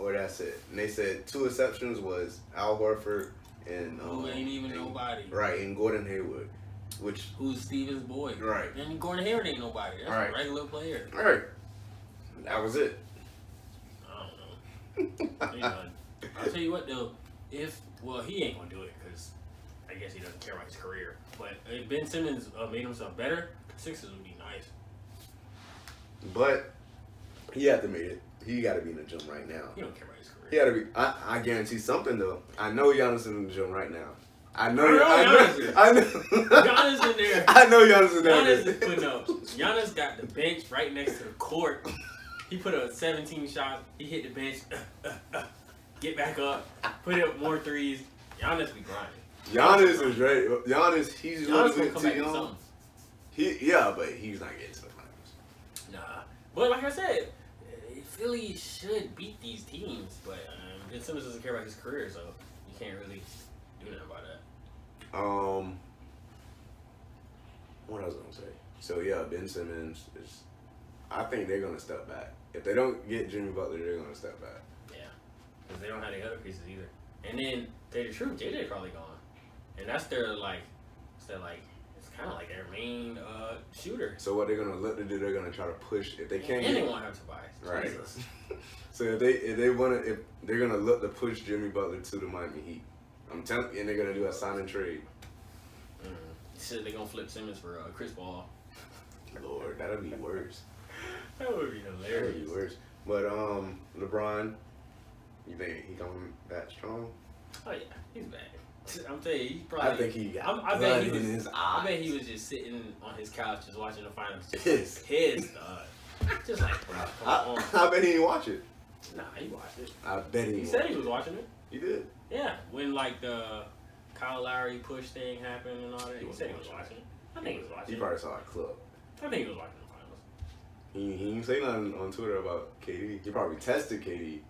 [SPEAKER 2] or that's it. And they said two exceptions was Al Horford and um,
[SPEAKER 1] Who ain't even
[SPEAKER 2] and-
[SPEAKER 1] nobody?
[SPEAKER 2] right and Gordon Hayward, which
[SPEAKER 1] Who's Steven's boy?
[SPEAKER 2] Right.
[SPEAKER 1] And Gordon Hayward ain't nobody. That's
[SPEAKER 2] Right.
[SPEAKER 1] a regular player.
[SPEAKER 2] All right. That was it.
[SPEAKER 1] I don't know. Hang on. I'll tell you what though, if well he ain't gonna do it because I guess he doesn't care about his career. But if Ben Simmons uh, made himself better, sixes would be nice.
[SPEAKER 2] but he had to make it. He got to be in the gym right now.
[SPEAKER 1] He don't care about his career.
[SPEAKER 2] He got to be. I, I guarantee something though. I know Giannis is in the gym right now. I know.
[SPEAKER 1] I know Giannis is.
[SPEAKER 2] I know.
[SPEAKER 1] Giannis in there.
[SPEAKER 2] I know Giannis in there.
[SPEAKER 1] Giannis is putting up. Giannis got the bench right next to the court. He put up 17 shots. He hit the bench. Get back up. Put up more threes. Giannis be grinding.
[SPEAKER 2] Giannis is ready. Giannis, he's
[SPEAKER 1] Giannis gonna
[SPEAKER 2] losing
[SPEAKER 1] come
[SPEAKER 2] to
[SPEAKER 1] back with
[SPEAKER 2] young.
[SPEAKER 1] something.
[SPEAKER 2] He, yeah, but he's not getting to the finals.
[SPEAKER 1] Nah. But like I said, eh, Philly should beat these teams, but um, Ben Simmons doesn't care about his career, so you can't really do nothing about that.
[SPEAKER 2] Um, what I was gonna say. So yeah, Ben Simmons is. I think they're gonna step back. If they don't get Jimmy Butler, they're gonna step back.
[SPEAKER 1] Yeah. Because they don't have the other pieces either. And then, to tell you the truth, JJ probably gone. And that's their, like, it's their, like, it's kind of like their main uh, shooter.
[SPEAKER 2] So what they're gonna look to do, they're gonna try to push if they can't.
[SPEAKER 1] and they
[SPEAKER 2] Get,
[SPEAKER 1] want him to buy.
[SPEAKER 2] Right.
[SPEAKER 1] Jesus.
[SPEAKER 2] so if they if they wanna if they're gonna look to push Jimmy Butler to the Miami Heat. I'm telling you, and they're gonna do a sign and trade.
[SPEAKER 1] Mm. Said they're gonna flip Simmons for uh, Chris Paul.
[SPEAKER 2] Lord, that'll be worse.
[SPEAKER 1] That would be
[SPEAKER 2] That'll be
[SPEAKER 1] hilarious.
[SPEAKER 2] worse. But um, LeBron, you think he coming that strong?
[SPEAKER 1] Oh yeah, he's back. I'm telling you, he probably.
[SPEAKER 2] I think he got
[SPEAKER 1] I'm- I bet he
[SPEAKER 2] blood
[SPEAKER 1] was-
[SPEAKER 2] in his
[SPEAKER 1] I
[SPEAKER 2] eyes.
[SPEAKER 1] bet he was just sitting on his couch, just watching the finals, just
[SPEAKER 2] Pissed.
[SPEAKER 1] pissed. Uh, just like, bro, come on.
[SPEAKER 2] I, I bet he didn't watch it.
[SPEAKER 1] Nah, he watched it.
[SPEAKER 2] I bet he.
[SPEAKER 1] He
[SPEAKER 2] didn't
[SPEAKER 1] said
[SPEAKER 2] watch
[SPEAKER 1] he was watching it.
[SPEAKER 2] it. He did.
[SPEAKER 1] Yeah, when like the Kyle Lowry push thing happened and all that,
[SPEAKER 2] He
[SPEAKER 1] he,
[SPEAKER 2] wasn't
[SPEAKER 1] said he was watching
[SPEAKER 2] watching
[SPEAKER 1] it. I think he was
[SPEAKER 2] He
[SPEAKER 1] watching. it.
[SPEAKER 2] probably saw a clip.
[SPEAKER 1] I think he was watching the finals.
[SPEAKER 2] He he didn't say nothing on Twitter about KD. He probably tested KD,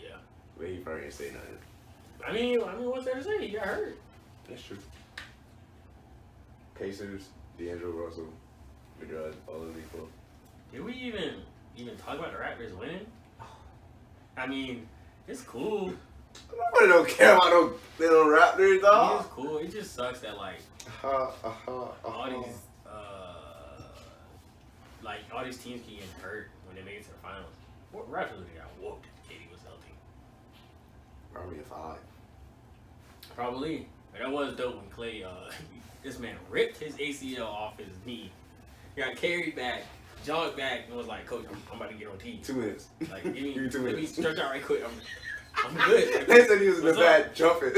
[SPEAKER 1] Yeah.
[SPEAKER 2] but he probably didn't say nothing.
[SPEAKER 1] I mean, I mean, what's there to say? He got hurt.
[SPEAKER 2] That's true. Pacers, D'Angelo Russell, McGrath, all of equal.
[SPEAKER 1] Did we even even talk about the Raptors winning? I mean, it's cool.
[SPEAKER 2] Nobody don't care about no little Raptors, dog.
[SPEAKER 1] It's cool. It just sucks that like
[SPEAKER 2] Ha, ha, ha,
[SPEAKER 1] all
[SPEAKER 2] ha.
[SPEAKER 1] these uh like all these teams can get hurt when they make it to the finals. What Raptors they got whooped if Katie was healthy.
[SPEAKER 2] Probably a five.
[SPEAKER 1] Probably. Like, that was dope when Clay uh this man ripped his ACL off his knee. Got carried back, jogged back, and was like, Coach, I'm, I'm about to get on TV.
[SPEAKER 2] Two minutes.
[SPEAKER 1] Like, give me,
[SPEAKER 2] Give me two
[SPEAKER 1] let me
[SPEAKER 2] minutes.
[SPEAKER 1] stretch out right quick. I'm, I'm good.
[SPEAKER 2] they said he was in the
[SPEAKER 1] What's up?
[SPEAKER 2] bad jumping.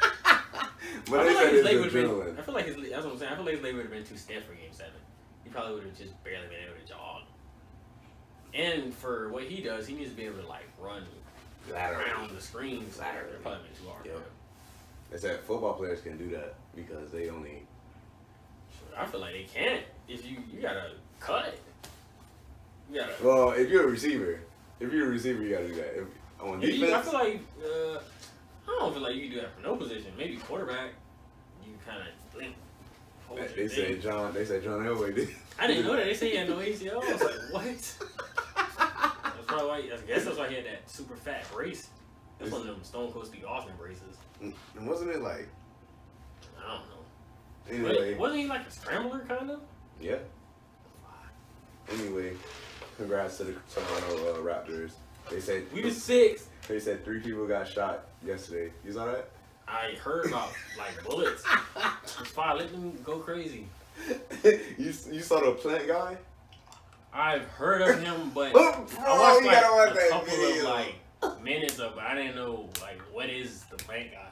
[SPEAKER 2] but
[SPEAKER 1] I
[SPEAKER 2] they
[SPEAKER 1] feel like
[SPEAKER 2] said
[SPEAKER 1] his
[SPEAKER 2] it's
[SPEAKER 1] leg would have been.
[SPEAKER 2] adrenaline.
[SPEAKER 1] I feel like his. That's what I'm saying. I feel like his leg would have been too stiff for Game Seven. He probably would have just barely been able to jog. And for what he does, he needs to be able to like run
[SPEAKER 2] Lateral.
[SPEAKER 1] around the screens.
[SPEAKER 2] Laterally.
[SPEAKER 1] That'd probably been too hard. for
[SPEAKER 2] Yep.
[SPEAKER 1] him.
[SPEAKER 2] They said football players can do that because they only
[SPEAKER 1] I feel like they can't. If you you gotta cut it. You gotta.
[SPEAKER 2] Well, if you're a receiver, if you're a receiver, you gotta do that. If, on
[SPEAKER 1] if you- I
[SPEAKER 2] defense,
[SPEAKER 1] feel like uh, I don't feel like you can do that for no position. Maybe quarterback. You kind of link. hold your thing.
[SPEAKER 2] they said John. They said John Elway did.
[SPEAKER 1] I didn't know that. They said he had no ACL. I was like, what? That's probably why. I guess that's why he had that super fat brace. That's one of them Stone Cold Steve Austin braces.
[SPEAKER 2] And wasn't it like
[SPEAKER 1] I don't know.
[SPEAKER 2] anyway?
[SPEAKER 1] Wa- wasn't he like a scrambler kind of?
[SPEAKER 2] Yeah. Anyway, congrats to the Toronto uh, Raptors. They said
[SPEAKER 1] We was six.
[SPEAKER 2] they said three people got shot yesterday. You saw that?
[SPEAKER 1] I heard about like bullets. It's fine. Let them go crazy.
[SPEAKER 2] you you saw the plant guy?
[SPEAKER 1] I've heard of him, but
[SPEAKER 2] Oh,
[SPEAKER 1] I watched
[SPEAKER 2] you
[SPEAKER 1] like
[SPEAKER 2] gotta watch
[SPEAKER 1] a
[SPEAKER 2] that
[SPEAKER 1] couple
[SPEAKER 2] video.
[SPEAKER 1] of like minutes of. it. I didn't know like what is the plant guy.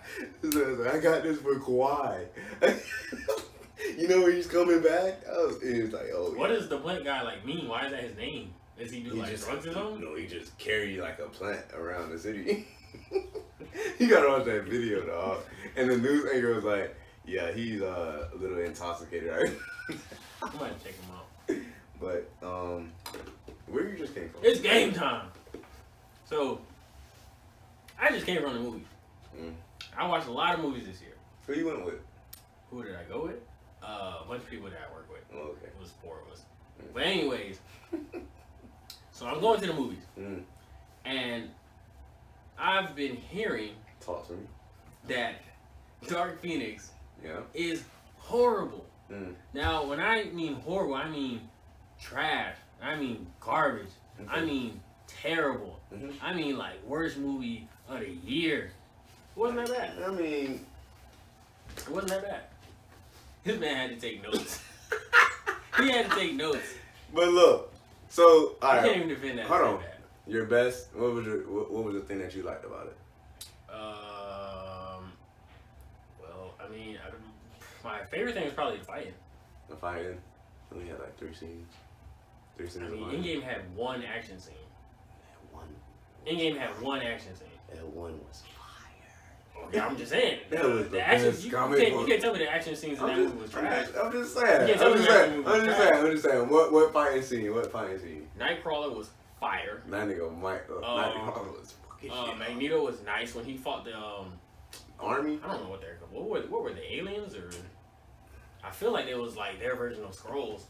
[SPEAKER 2] He says, I got this for Kawhi. you know when he's coming back? I was, he was like, oh.
[SPEAKER 1] What
[SPEAKER 2] yeah.
[SPEAKER 1] does the plant guy like mean? Why is that his name? Does he do
[SPEAKER 2] He
[SPEAKER 1] like
[SPEAKER 2] just
[SPEAKER 1] drugs or something?
[SPEAKER 2] No, he just carry like a plant around the city. you gotta watch that video, dog. And the news anchor was like, "Yeah, he's uh, a little intoxicated, right?"
[SPEAKER 1] I might check him out.
[SPEAKER 2] but um, where you just came from?
[SPEAKER 1] It's game time. So, I just came from the movies.
[SPEAKER 2] Mm.
[SPEAKER 1] I watched a lot of movies this year.
[SPEAKER 2] Who you went with?
[SPEAKER 1] Who did I go with? Uh, a bunch of people that I work with.
[SPEAKER 2] Oh, okay.
[SPEAKER 1] It was four of us.
[SPEAKER 2] Mm.
[SPEAKER 1] But anyways, so I'm going to the movies,
[SPEAKER 2] Mm.
[SPEAKER 1] and I've been hearing
[SPEAKER 2] Talk to me.
[SPEAKER 1] that Dark Phoenix
[SPEAKER 2] Yeah.
[SPEAKER 1] is horrible.
[SPEAKER 2] Mm.
[SPEAKER 1] Now, when I mean horrible, I mean trash. I mean garbage. I
[SPEAKER 2] Okay.
[SPEAKER 1] mean terrible.
[SPEAKER 2] Mhm.
[SPEAKER 1] I mean like worst movie of the year. It wasn't that bad.
[SPEAKER 2] I mean,
[SPEAKER 1] It wasn't that bad. This man had to take notes. he had to take notes.
[SPEAKER 2] but look. So, all
[SPEAKER 1] I can't
[SPEAKER 2] right.
[SPEAKER 1] even defend that.
[SPEAKER 2] Hold
[SPEAKER 1] so
[SPEAKER 2] on.
[SPEAKER 1] bad.
[SPEAKER 2] Your best. What was your, what, what was the thing that you liked about it?
[SPEAKER 1] Um. Well, I mean, I, don't- my favorite thing was probably the fighting.
[SPEAKER 2] The fighting. We had like three scenes. Three
[SPEAKER 1] I
[SPEAKER 2] scenes.
[SPEAKER 1] mean,
[SPEAKER 2] of
[SPEAKER 1] in
[SPEAKER 2] fighting.
[SPEAKER 1] game had one action scene.
[SPEAKER 2] And one.
[SPEAKER 1] In game had one action scene.
[SPEAKER 2] That one was fire.
[SPEAKER 1] Okay, I'm just saying.
[SPEAKER 2] That
[SPEAKER 1] the-
[SPEAKER 2] was
[SPEAKER 1] the
[SPEAKER 2] the
[SPEAKER 1] action.
[SPEAKER 2] best
[SPEAKER 1] You,
[SPEAKER 2] comic
[SPEAKER 1] can't, you
[SPEAKER 2] book.
[SPEAKER 1] can't tell me the action scenes in that
[SPEAKER 2] I'm just,
[SPEAKER 1] movie was
[SPEAKER 2] I'm
[SPEAKER 1] trash.
[SPEAKER 2] just- I'm just saying.
[SPEAKER 1] You can't
[SPEAKER 2] I'm
[SPEAKER 1] tell me
[SPEAKER 2] just
[SPEAKER 1] that
[SPEAKER 2] saying.
[SPEAKER 1] movie was
[SPEAKER 2] I'm just
[SPEAKER 1] trash.
[SPEAKER 2] saying. I'm just saying. What what fighting scene? What fighting scene?
[SPEAKER 1] Nightcrawler was fire.
[SPEAKER 2] That nigga Mike. Uh,
[SPEAKER 1] Uh,
[SPEAKER 2] that nigga was fucking
[SPEAKER 1] Uh,
[SPEAKER 2] shit.
[SPEAKER 1] Magneto was nice when he fought the um.
[SPEAKER 2] Army.
[SPEAKER 1] I don't know what they're called. What were what were the aliens or? I feel like it was like their version of scrolls.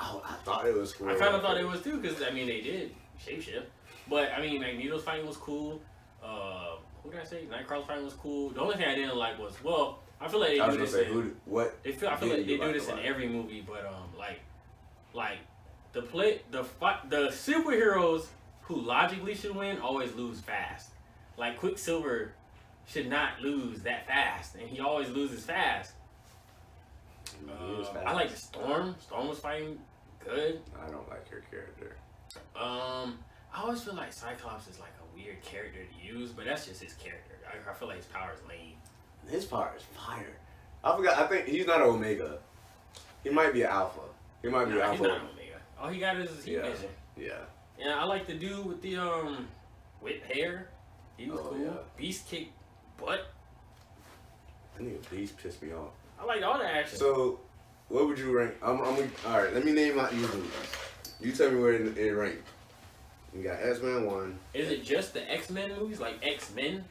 [SPEAKER 2] Oh, I thought it was.
[SPEAKER 1] I kind of thought it was too, because I mean they did shapeshift. But I mean Magneto's fighting was cool. Uh, who did I say? Nightcrawler's fighting was cool. The only thing I didn't like was well, I feel like they
[SPEAKER 2] I was
[SPEAKER 1] do
[SPEAKER 2] gonna
[SPEAKER 1] this.
[SPEAKER 2] say
[SPEAKER 1] in-
[SPEAKER 2] who what
[SPEAKER 1] They feel. I feel
[SPEAKER 2] Yeah,
[SPEAKER 1] like they
[SPEAKER 2] you
[SPEAKER 1] do
[SPEAKER 2] like
[SPEAKER 1] this
[SPEAKER 2] a
[SPEAKER 1] in
[SPEAKER 2] lot.
[SPEAKER 1] every movie, but um, like, like the play, the fi- the superheroes who logically should win always lose fast. Like Quicksilver should not lose that fast, and he always loses fast.
[SPEAKER 2] Who's
[SPEAKER 1] Uh,
[SPEAKER 2] fast?
[SPEAKER 1] I like the Storm. Storm was fighting good.
[SPEAKER 2] I don't like her character.
[SPEAKER 1] Um, I always feel like Cyclops is like a weird character to use, but that's just his character. I, I feel like his power is lame.
[SPEAKER 2] His part is fire. I forgot. I think he's not an Omega. He might be an Alpha. He might be
[SPEAKER 1] Nah, he's
[SPEAKER 2] Alpha.
[SPEAKER 1] not an Omega. All he got is his heat
[SPEAKER 2] Yeah.
[SPEAKER 1] vision.
[SPEAKER 2] Yeah.
[SPEAKER 1] Yeah, I like the dude with the um whip hair. He was
[SPEAKER 2] Oh,
[SPEAKER 1] cool.
[SPEAKER 2] yeah.
[SPEAKER 1] Beast kick butt.
[SPEAKER 2] That nigga please piss me off.
[SPEAKER 1] I like all the action.
[SPEAKER 2] So, what would you rank? I'm. I'm. All right. Let me name out your movies. You tell me where it, it ranked. You got X Men one.
[SPEAKER 1] Is it just the X Men movies, like X Men,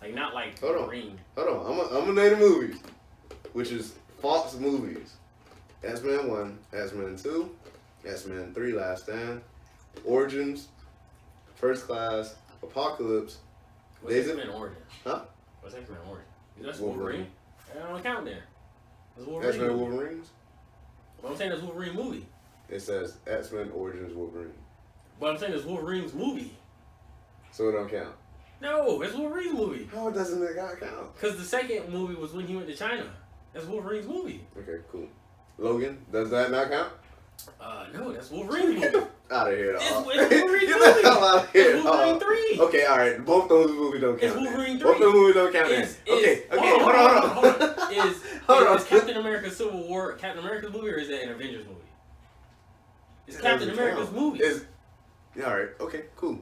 [SPEAKER 1] like not like
[SPEAKER 2] Hold on.
[SPEAKER 1] Wolverine?
[SPEAKER 2] Hold on. I'm. Gonna, I'm gonna name the movies, which is Fox movies. X Men one, X Men two, X Men three, Last Stand, Origins, First Class, Apocalypse.
[SPEAKER 1] What's
[SPEAKER 2] Is
[SPEAKER 1] X
[SPEAKER 2] it-
[SPEAKER 1] Men Origin?
[SPEAKER 2] Huh?
[SPEAKER 1] What's X Men Origin? That's Wolverine.
[SPEAKER 2] Wolverine.
[SPEAKER 1] I don't count there. That's Wolverine.
[SPEAKER 2] X Men Wolverines.
[SPEAKER 1] But I'm saying that's Wolverine movie.
[SPEAKER 2] It says X Men Origins Wolverine.
[SPEAKER 1] But I'm saying it's Wolverine's movie.
[SPEAKER 2] So it don't count.
[SPEAKER 1] No, it's Wolverine's movie.
[SPEAKER 2] How doesn't it gotta count?
[SPEAKER 1] Cause the second movie was when he went to China. That's Wolverine's movie.
[SPEAKER 2] Okay, cool. Logan, does that not count?
[SPEAKER 1] Uh, no, that's Wolverine's
[SPEAKER 2] Get
[SPEAKER 1] movie.
[SPEAKER 2] the out of here,
[SPEAKER 1] It's
[SPEAKER 2] dog.
[SPEAKER 1] Wolverine
[SPEAKER 2] Get the
[SPEAKER 1] three.
[SPEAKER 2] hell out of here,
[SPEAKER 1] It's Wolverine
[SPEAKER 2] dog.
[SPEAKER 1] three.
[SPEAKER 2] Okay, all right. Both those movies don't
[SPEAKER 1] It's
[SPEAKER 2] count. then.
[SPEAKER 1] Wolverine
[SPEAKER 2] Both
[SPEAKER 1] three.
[SPEAKER 2] those movies don't count. then.
[SPEAKER 1] Is-
[SPEAKER 2] okay,
[SPEAKER 1] is-
[SPEAKER 2] okay. Hold on, hold on.
[SPEAKER 1] hold on. Is,
[SPEAKER 2] Hold on.
[SPEAKER 1] is Captain America Civil War Captain America's movie or is that an Avengers movie? It's
[SPEAKER 2] It
[SPEAKER 1] Captain
[SPEAKER 2] doesn't
[SPEAKER 1] America's
[SPEAKER 2] count.
[SPEAKER 1] movie.
[SPEAKER 2] It's, yeah, all right. Okay, cool.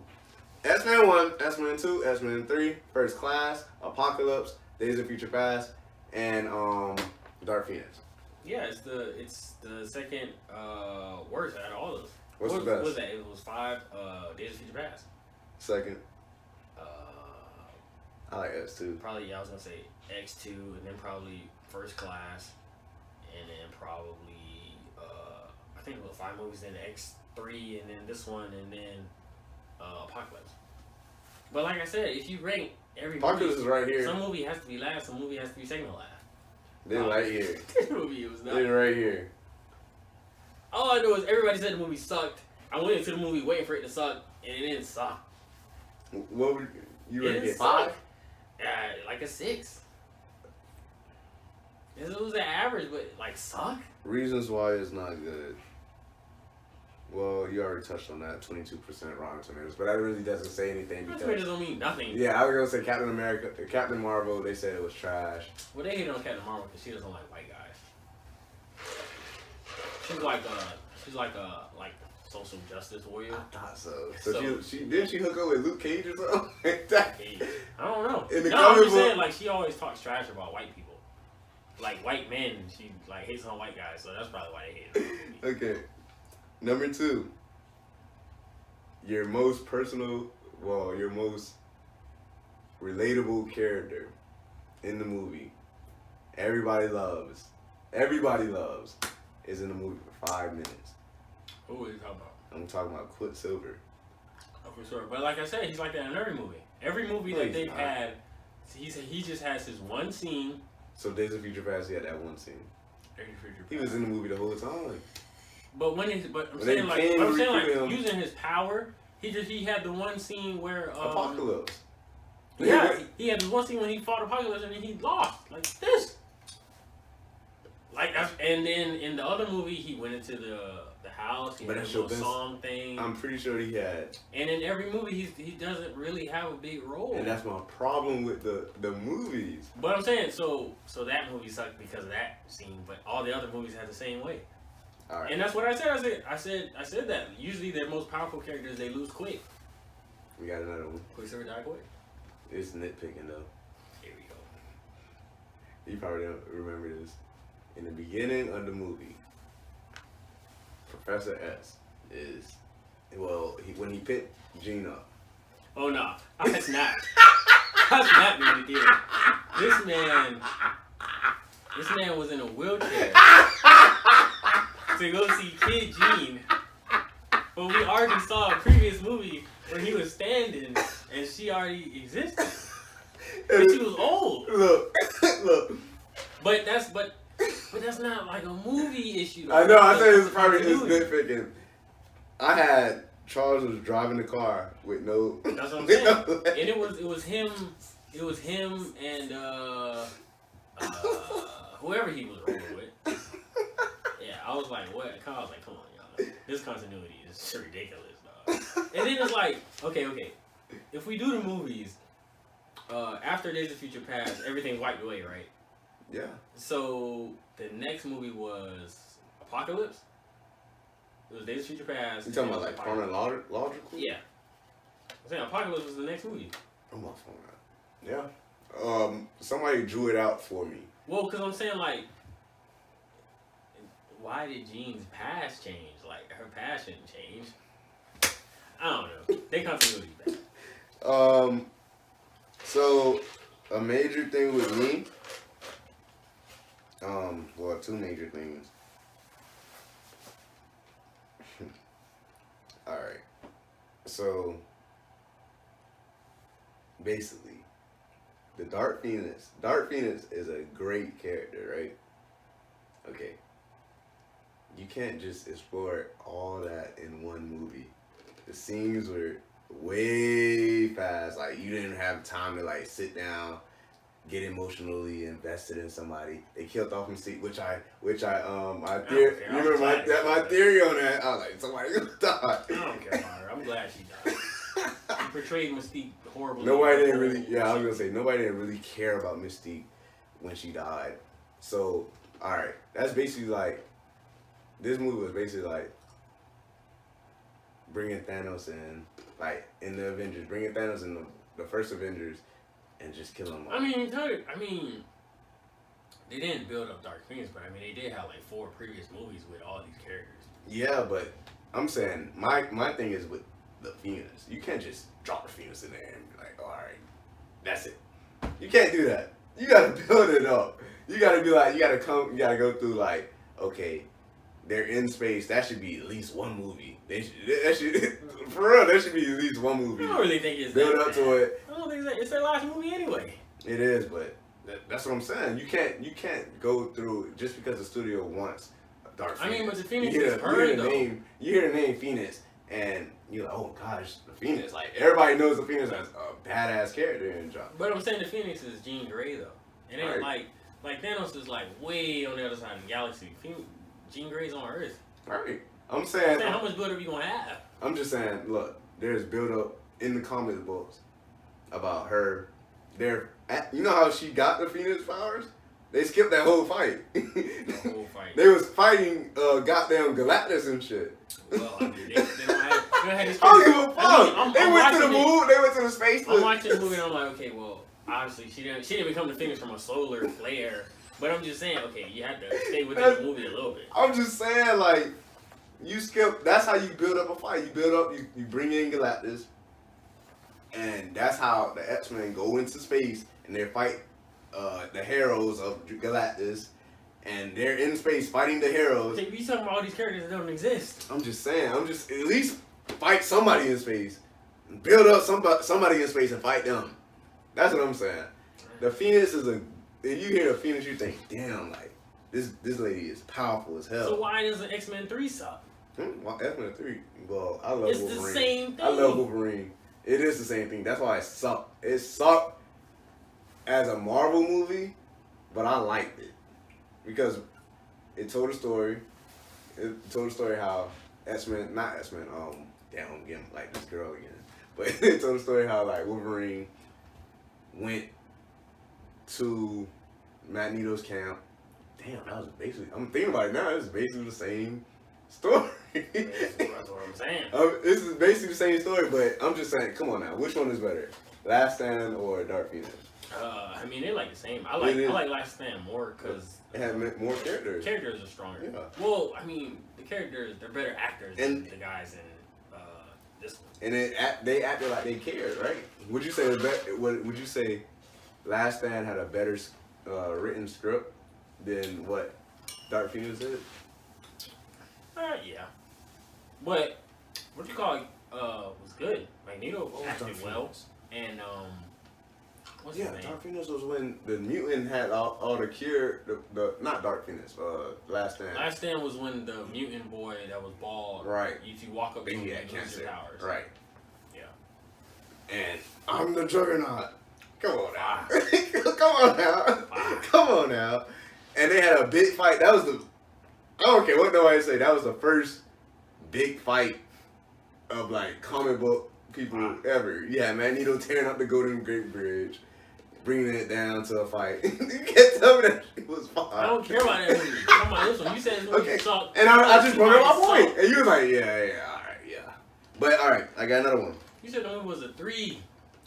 [SPEAKER 2] X Men One, X Men Two, X Men Three, First Class, Apocalypse, Days of Future Past, and um, Dark Phoenix.
[SPEAKER 1] yeah, it's the it's the second uh worst out of all of those.
[SPEAKER 2] What's
[SPEAKER 1] what,
[SPEAKER 2] the
[SPEAKER 1] what
[SPEAKER 2] best?
[SPEAKER 1] was that? It was five uh Days of Future Past.
[SPEAKER 2] Second,
[SPEAKER 1] Uh,
[SPEAKER 2] I like X Oh, Two.
[SPEAKER 1] probably yeah, I was gonna say X two and then probably First Class and then probably uh I think it was five movies then X three and then this one and then uh Apocalypse. But like I said, if you rank every
[SPEAKER 2] Apocalypse
[SPEAKER 1] movie,
[SPEAKER 2] is right here.
[SPEAKER 1] Some movie has to be last, some movie has to be second to last.
[SPEAKER 2] Then right here.
[SPEAKER 1] this movie was
[SPEAKER 2] Then
[SPEAKER 1] not.
[SPEAKER 2] right here.
[SPEAKER 1] All I know is everybody said the movie sucked. I went into the movie waiting for it to suck, and it didn't suck.
[SPEAKER 2] What would you
[SPEAKER 1] it
[SPEAKER 2] rank
[SPEAKER 1] didn't
[SPEAKER 2] it?
[SPEAKER 1] suck. Uh, like a six. It was an average, but like suck.
[SPEAKER 2] Reasons why it's not good. Well, you already touched on that. Twenty-two percent Rotten Tomatoes, but that really doesn't say
[SPEAKER 1] Rotten
[SPEAKER 2] anything because.
[SPEAKER 1] Tomatoes don't mean nothing.
[SPEAKER 2] Yeah, I was gonna say Captain America, Captain Marvel. They said it was trash.
[SPEAKER 1] Well, they hate on Captain Marvel because she doesn't like white guys. She's like a, she's like a, like social justice warrior.
[SPEAKER 2] thought so. So,
[SPEAKER 1] So-
[SPEAKER 2] she, she didn't she hook up with Luke Cage or something like that.
[SPEAKER 1] Hey, I don't know.
[SPEAKER 2] In the uh,
[SPEAKER 1] no, I'm
[SPEAKER 2] comic
[SPEAKER 1] just
[SPEAKER 2] book-
[SPEAKER 1] saying, like she always talks trash about white people, like white men. She like hates on white guys, so that's probably why they hate her.
[SPEAKER 2] Okay, number two. Your most personal, well, your most relatable character in the movie. Everybody loves. Everybody loves. Is in the movie for five minutes.
[SPEAKER 1] Who are you talking about?
[SPEAKER 2] I'm talking about Quicksilver.
[SPEAKER 1] Oh, for sure. But like I said, he's like that in every movie. Every movie
[SPEAKER 2] No,
[SPEAKER 1] that
[SPEAKER 2] he's
[SPEAKER 1] they've
[SPEAKER 2] not.
[SPEAKER 1] had, he's he just has his one scene.
[SPEAKER 2] So Days of Future Past, he had that one scene.
[SPEAKER 1] Every future
[SPEAKER 2] He was in the movie the whole time.
[SPEAKER 1] But when is but I'm
[SPEAKER 2] When they
[SPEAKER 1] saying like
[SPEAKER 2] came
[SPEAKER 1] but I'm
[SPEAKER 2] to
[SPEAKER 1] saying like
[SPEAKER 2] recruit him-
[SPEAKER 1] using his power. He just he had the one scene where um,
[SPEAKER 2] Apocalypse.
[SPEAKER 1] Yeah, he had this one scene when he fought Apocalypse and then he lost like this. Like that's, and then in the other movie he went into the the house, he
[SPEAKER 2] But
[SPEAKER 1] had a
[SPEAKER 2] that's your
[SPEAKER 1] little
[SPEAKER 2] best-
[SPEAKER 1] song thing,
[SPEAKER 2] I'm pretty sure he had
[SPEAKER 1] and in every movie he's, he doesn't really have a big role.
[SPEAKER 2] And that's my problem with the the movies.
[SPEAKER 1] But I'm saying so so that movie sucked because of that scene, but all the other movies had the same way,
[SPEAKER 2] All right,
[SPEAKER 1] and that's what I said. I said I said I said that usually their most powerful characters they lose quick.
[SPEAKER 2] we got another one.
[SPEAKER 1] Quicksilver died quick.
[SPEAKER 2] It's nitpicking though.
[SPEAKER 1] Here we go.
[SPEAKER 2] You probably don't remember this. In the beginning of the movie, Professor S is well, he, when he picked Gene up,
[SPEAKER 1] Oh no, I snapped. I snapped when he did. it. This man, this man was in a wheelchair to go see Kid Gene. But we already saw a previous movie where he was standing and she already existed. But she was old.
[SPEAKER 2] look, look,
[SPEAKER 1] But that's but but that's not like a movie issue.
[SPEAKER 2] I know. I
[SPEAKER 1] That's
[SPEAKER 2] think it's
[SPEAKER 1] a
[SPEAKER 2] probably it's
[SPEAKER 1] continuity.
[SPEAKER 2] nitpicking. I had Charles was driving the car with no.
[SPEAKER 1] That's what I'm
[SPEAKER 2] with
[SPEAKER 1] saying.
[SPEAKER 2] no
[SPEAKER 1] and it was it was him it was him and uh, uh whoever he was rolling with. Yeah, I was like, what? Kyle was like, come on, y'all. This continuity is ridiculous, dog. And then it's like, okay, okay. If we do the movies, uh, after Days of Future Past, everything wiped away, right?
[SPEAKER 2] yeah.
[SPEAKER 1] So the next movie was Apocalypse. It was Days of Future Past.
[SPEAKER 2] You
[SPEAKER 1] and it
[SPEAKER 2] talking about
[SPEAKER 1] was
[SPEAKER 2] like
[SPEAKER 1] Apocalypse.
[SPEAKER 2] chronological?
[SPEAKER 1] Yeah. I'm saying Apocalypse was the next movie.
[SPEAKER 2] Oh my phone. out. Yeah. Um. Somebody drew it out for me.
[SPEAKER 1] Well, because I'm saying like, why did Jean's past change? Like her passion change. I don't know. They continuity bad.
[SPEAKER 2] Um. So, a major thing with me. Um. Well, two major things. All right. So. Basically, the Dark Phoenix. Dark Phoenix is a great character, right? Okay. You can't just explore all that in one movie. The scenes were way fast. Like you didn't have time to like sit down, get emotionally invested in somebody. They killed off Mystique, which I, which I, um, my theory.
[SPEAKER 1] care.
[SPEAKER 2] You
[SPEAKER 1] I'm
[SPEAKER 2] remember my,
[SPEAKER 1] glad
[SPEAKER 2] that,
[SPEAKER 1] you
[SPEAKER 2] my
[SPEAKER 1] said that.
[SPEAKER 2] theory on that? I was like, somebody gonna die.
[SPEAKER 1] I don't care about her. I'm glad she died. She portrayed Mystique horribly.
[SPEAKER 2] Nobody didn't really. Yeah, I was gonna say nobody didn't really care about Mystique when she died. So, all right, that's basically like this movie was basically like bringing Thanos in, like in the Avengers, bringing Thanos in the, the first Avengers, and just killing them.
[SPEAKER 1] I
[SPEAKER 2] All.
[SPEAKER 1] mean, dude, I mean, they didn't build up Dark Phoenix, but I mean, they did have like four previous movies with all these characters.
[SPEAKER 2] yeah, but I'm saying my my thing is with the Phoenix. You can't just drop the Phoenix in there and be like, all right, that's it. You can't do that. You gotta build it up. You gotta be like, you gotta come, you gotta go through like, okay, they're in space. That should be at least one movie. They should, that should, for real, there should be at least one
[SPEAKER 1] I
[SPEAKER 2] movie.
[SPEAKER 1] don't really think it's
[SPEAKER 2] Build
[SPEAKER 1] that
[SPEAKER 2] up
[SPEAKER 1] bad.
[SPEAKER 2] to it.
[SPEAKER 1] I don't think it's that. It's their last movie anyway.
[SPEAKER 2] It is, but that, that's what I'm saying. You can't, you can't go through just because the studio wants a Dark
[SPEAKER 1] I
[SPEAKER 2] Phoenix.
[SPEAKER 1] mean, but the Phoenix
[SPEAKER 2] you hear,
[SPEAKER 1] is
[SPEAKER 2] the-
[SPEAKER 1] her,
[SPEAKER 2] you hear the
[SPEAKER 1] though.
[SPEAKER 2] name, you hear the name Phoenix, and you're like, oh gosh, the Phoenix. Like everybody knows the Phoenix as a badass character in John.
[SPEAKER 1] But I'm saying the Phoenix is Jean Grey though. It ain't
[SPEAKER 2] Right.
[SPEAKER 1] like like Thanos is like way on the other side of the galaxy. Phoen- Jean Grey's on Earth.
[SPEAKER 2] Right. I'm
[SPEAKER 1] I'm
[SPEAKER 2] saying,
[SPEAKER 1] saying, how much build up you gonna have?
[SPEAKER 2] I'm just saying, look, there's build up in the comic books about her. There, you know how she got the Phoenix powers? They skipped that whole fight.
[SPEAKER 1] The whole fight.
[SPEAKER 2] they was fighting uh, goddamn Galactus and shit.
[SPEAKER 1] well, I mean, they, they don't have. They don't have this
[SPEAKER 2] I don't give a fuck.
[SPEAKER 1] I mean, I'm-
[SPEAKER 2] they
[SPEAKER 1] I'm
[SPEAKER 2] went to the
[SPEAKER 1] watching it-
[SPEAKER 2] moon. They went to the space.
[SPEAKER 1] I'm watching the movie and I'm like, okay, well, obviously she didn't. She didn't become the Phoenix from a solar flare. But I'm just saying, okay, you had to stay within the movie a little bit.
[SPEAKER 2] I'm just saying, like, you skip. That's how you build up a fight. You build up. You, you bring in Galactus, and that's how the X Men go into space and they fight uh, the heroes of Galactus, and they're in space fighting the heroes.
[SPEAKER 1] Okay, you talking about all these characters that don't exist?
[SPEAKER 2] I'm just saying. I'm just at least fight somebody in space, build up somebody somebody in space and fight them. That's what I'm saying. The Phoenix is a. If you hear the Phoenix, you think, damn, like this this lady is powerful as hell.
[SPEAKER 1] So why does the X Men three suck?
[SPEAKER 2] Hmm, well, X Men Three. Well, I love
[SPEAKER 1] It's the
[SPEAKER 2] Wolverine.
[SPEAKER 1] same
[SPEAKER 2] I love
[SPEAKER 1] thing.
[SPEAKER 2] Wolverine. It is the same thing. That's why it sucked. It sucked as a Marvel movie, but I liked it because it told a story. It told a story how X Men, not X Men. Um, damn, I'm getting like this girl again. But it told a story how like Wolverine went to Magneto's camp. Damn, that was basically. I'm thinking about it now. It's basically the same story.
[SPEAKER 1] That's what I'm saying.
[SPEAKER 2] Um, this is basically the same story, but I'm just saying, come on now, which one is better, Last Stand or Dark Phoenix?
[SPEAKER 1] Uh, I mean, they're like the same. I like
[SPEAKER 2] It is.
[SPEAKER 1] I like Last Stand more because
[SPEAKER 2] It had m- more characters.
[SPEAKER 1] characters are stronger.
[SPEAKER 2] Yeah.
[SPEAKER 1] Well, I mean, the characters they're better actors
[SPEAKER 2] And-
[SPEAKER 1] than the guys in uh, this one.
[SPEAKER 2] and it act, they acted like they cared, right? Would you say the be- would, would you say Last Stand had a better s- uh, written script than what Dark Phoenix did?
[SPEAKER 1] Uh, yeah, but what you call it uh, was good. Magneto acted well, and um, What's
[SPEAKER 2] Yeah,
[SPEAKER 1] his name?
[SPEAKER 2] Dark Phoenix was when the mutant had all, all the cure. The, the not Dark Phoenix. Uh, last stand.
[SPEAKER 1] Last stand was when the mutant boy that was bald.
[SPEAKER 2] Right.
[SPEAKER 1] If you walk up to
[SPEAKER 2] and
[SPEAKER 1] him,
[SPEAKER 2] he
[SPEAKER 1] you
[SPEAKER 2] had
[SPEAKER 1] lose
[SPEAKER 2] cancer.
[SPEAKER 1] your powers.
[SPEAKER 2] Right.
[SPEAKER 1] Yeah.
[SPEAKER 2] And I'm the juggernaut. Come on now.
[SPEAKER 1] Wow.
[SPEAKER 2] Come on now.
[SPEAKER 1] Wow.
[SPEAKER 2] Come on now. And they had a big fight. That was the. I don't care what nobody say. That was the first big fight of like comic book people
[SPEAKER 1] Wow.
[SPEAKER 2] ever. Yeah, Magneto tearing up the Golden Gate Bridge, bringing it down to a fight. you can't tell me that shit was fine.
[SPEAKER 1] I don't care about that movie. Come on, this one. You said this movie
[SPEAKER 2] Okay.
[SPEAKER 1] sucked.
[SPEAKER 2] And I, I just brought up my
[SPEAKER 1] Sucked.
[SPEAKER 2] point. And you was like, yeah, yeah, all right, yeah. But all right, I got another one.
[SPEAKER 1] You said the movie was a three.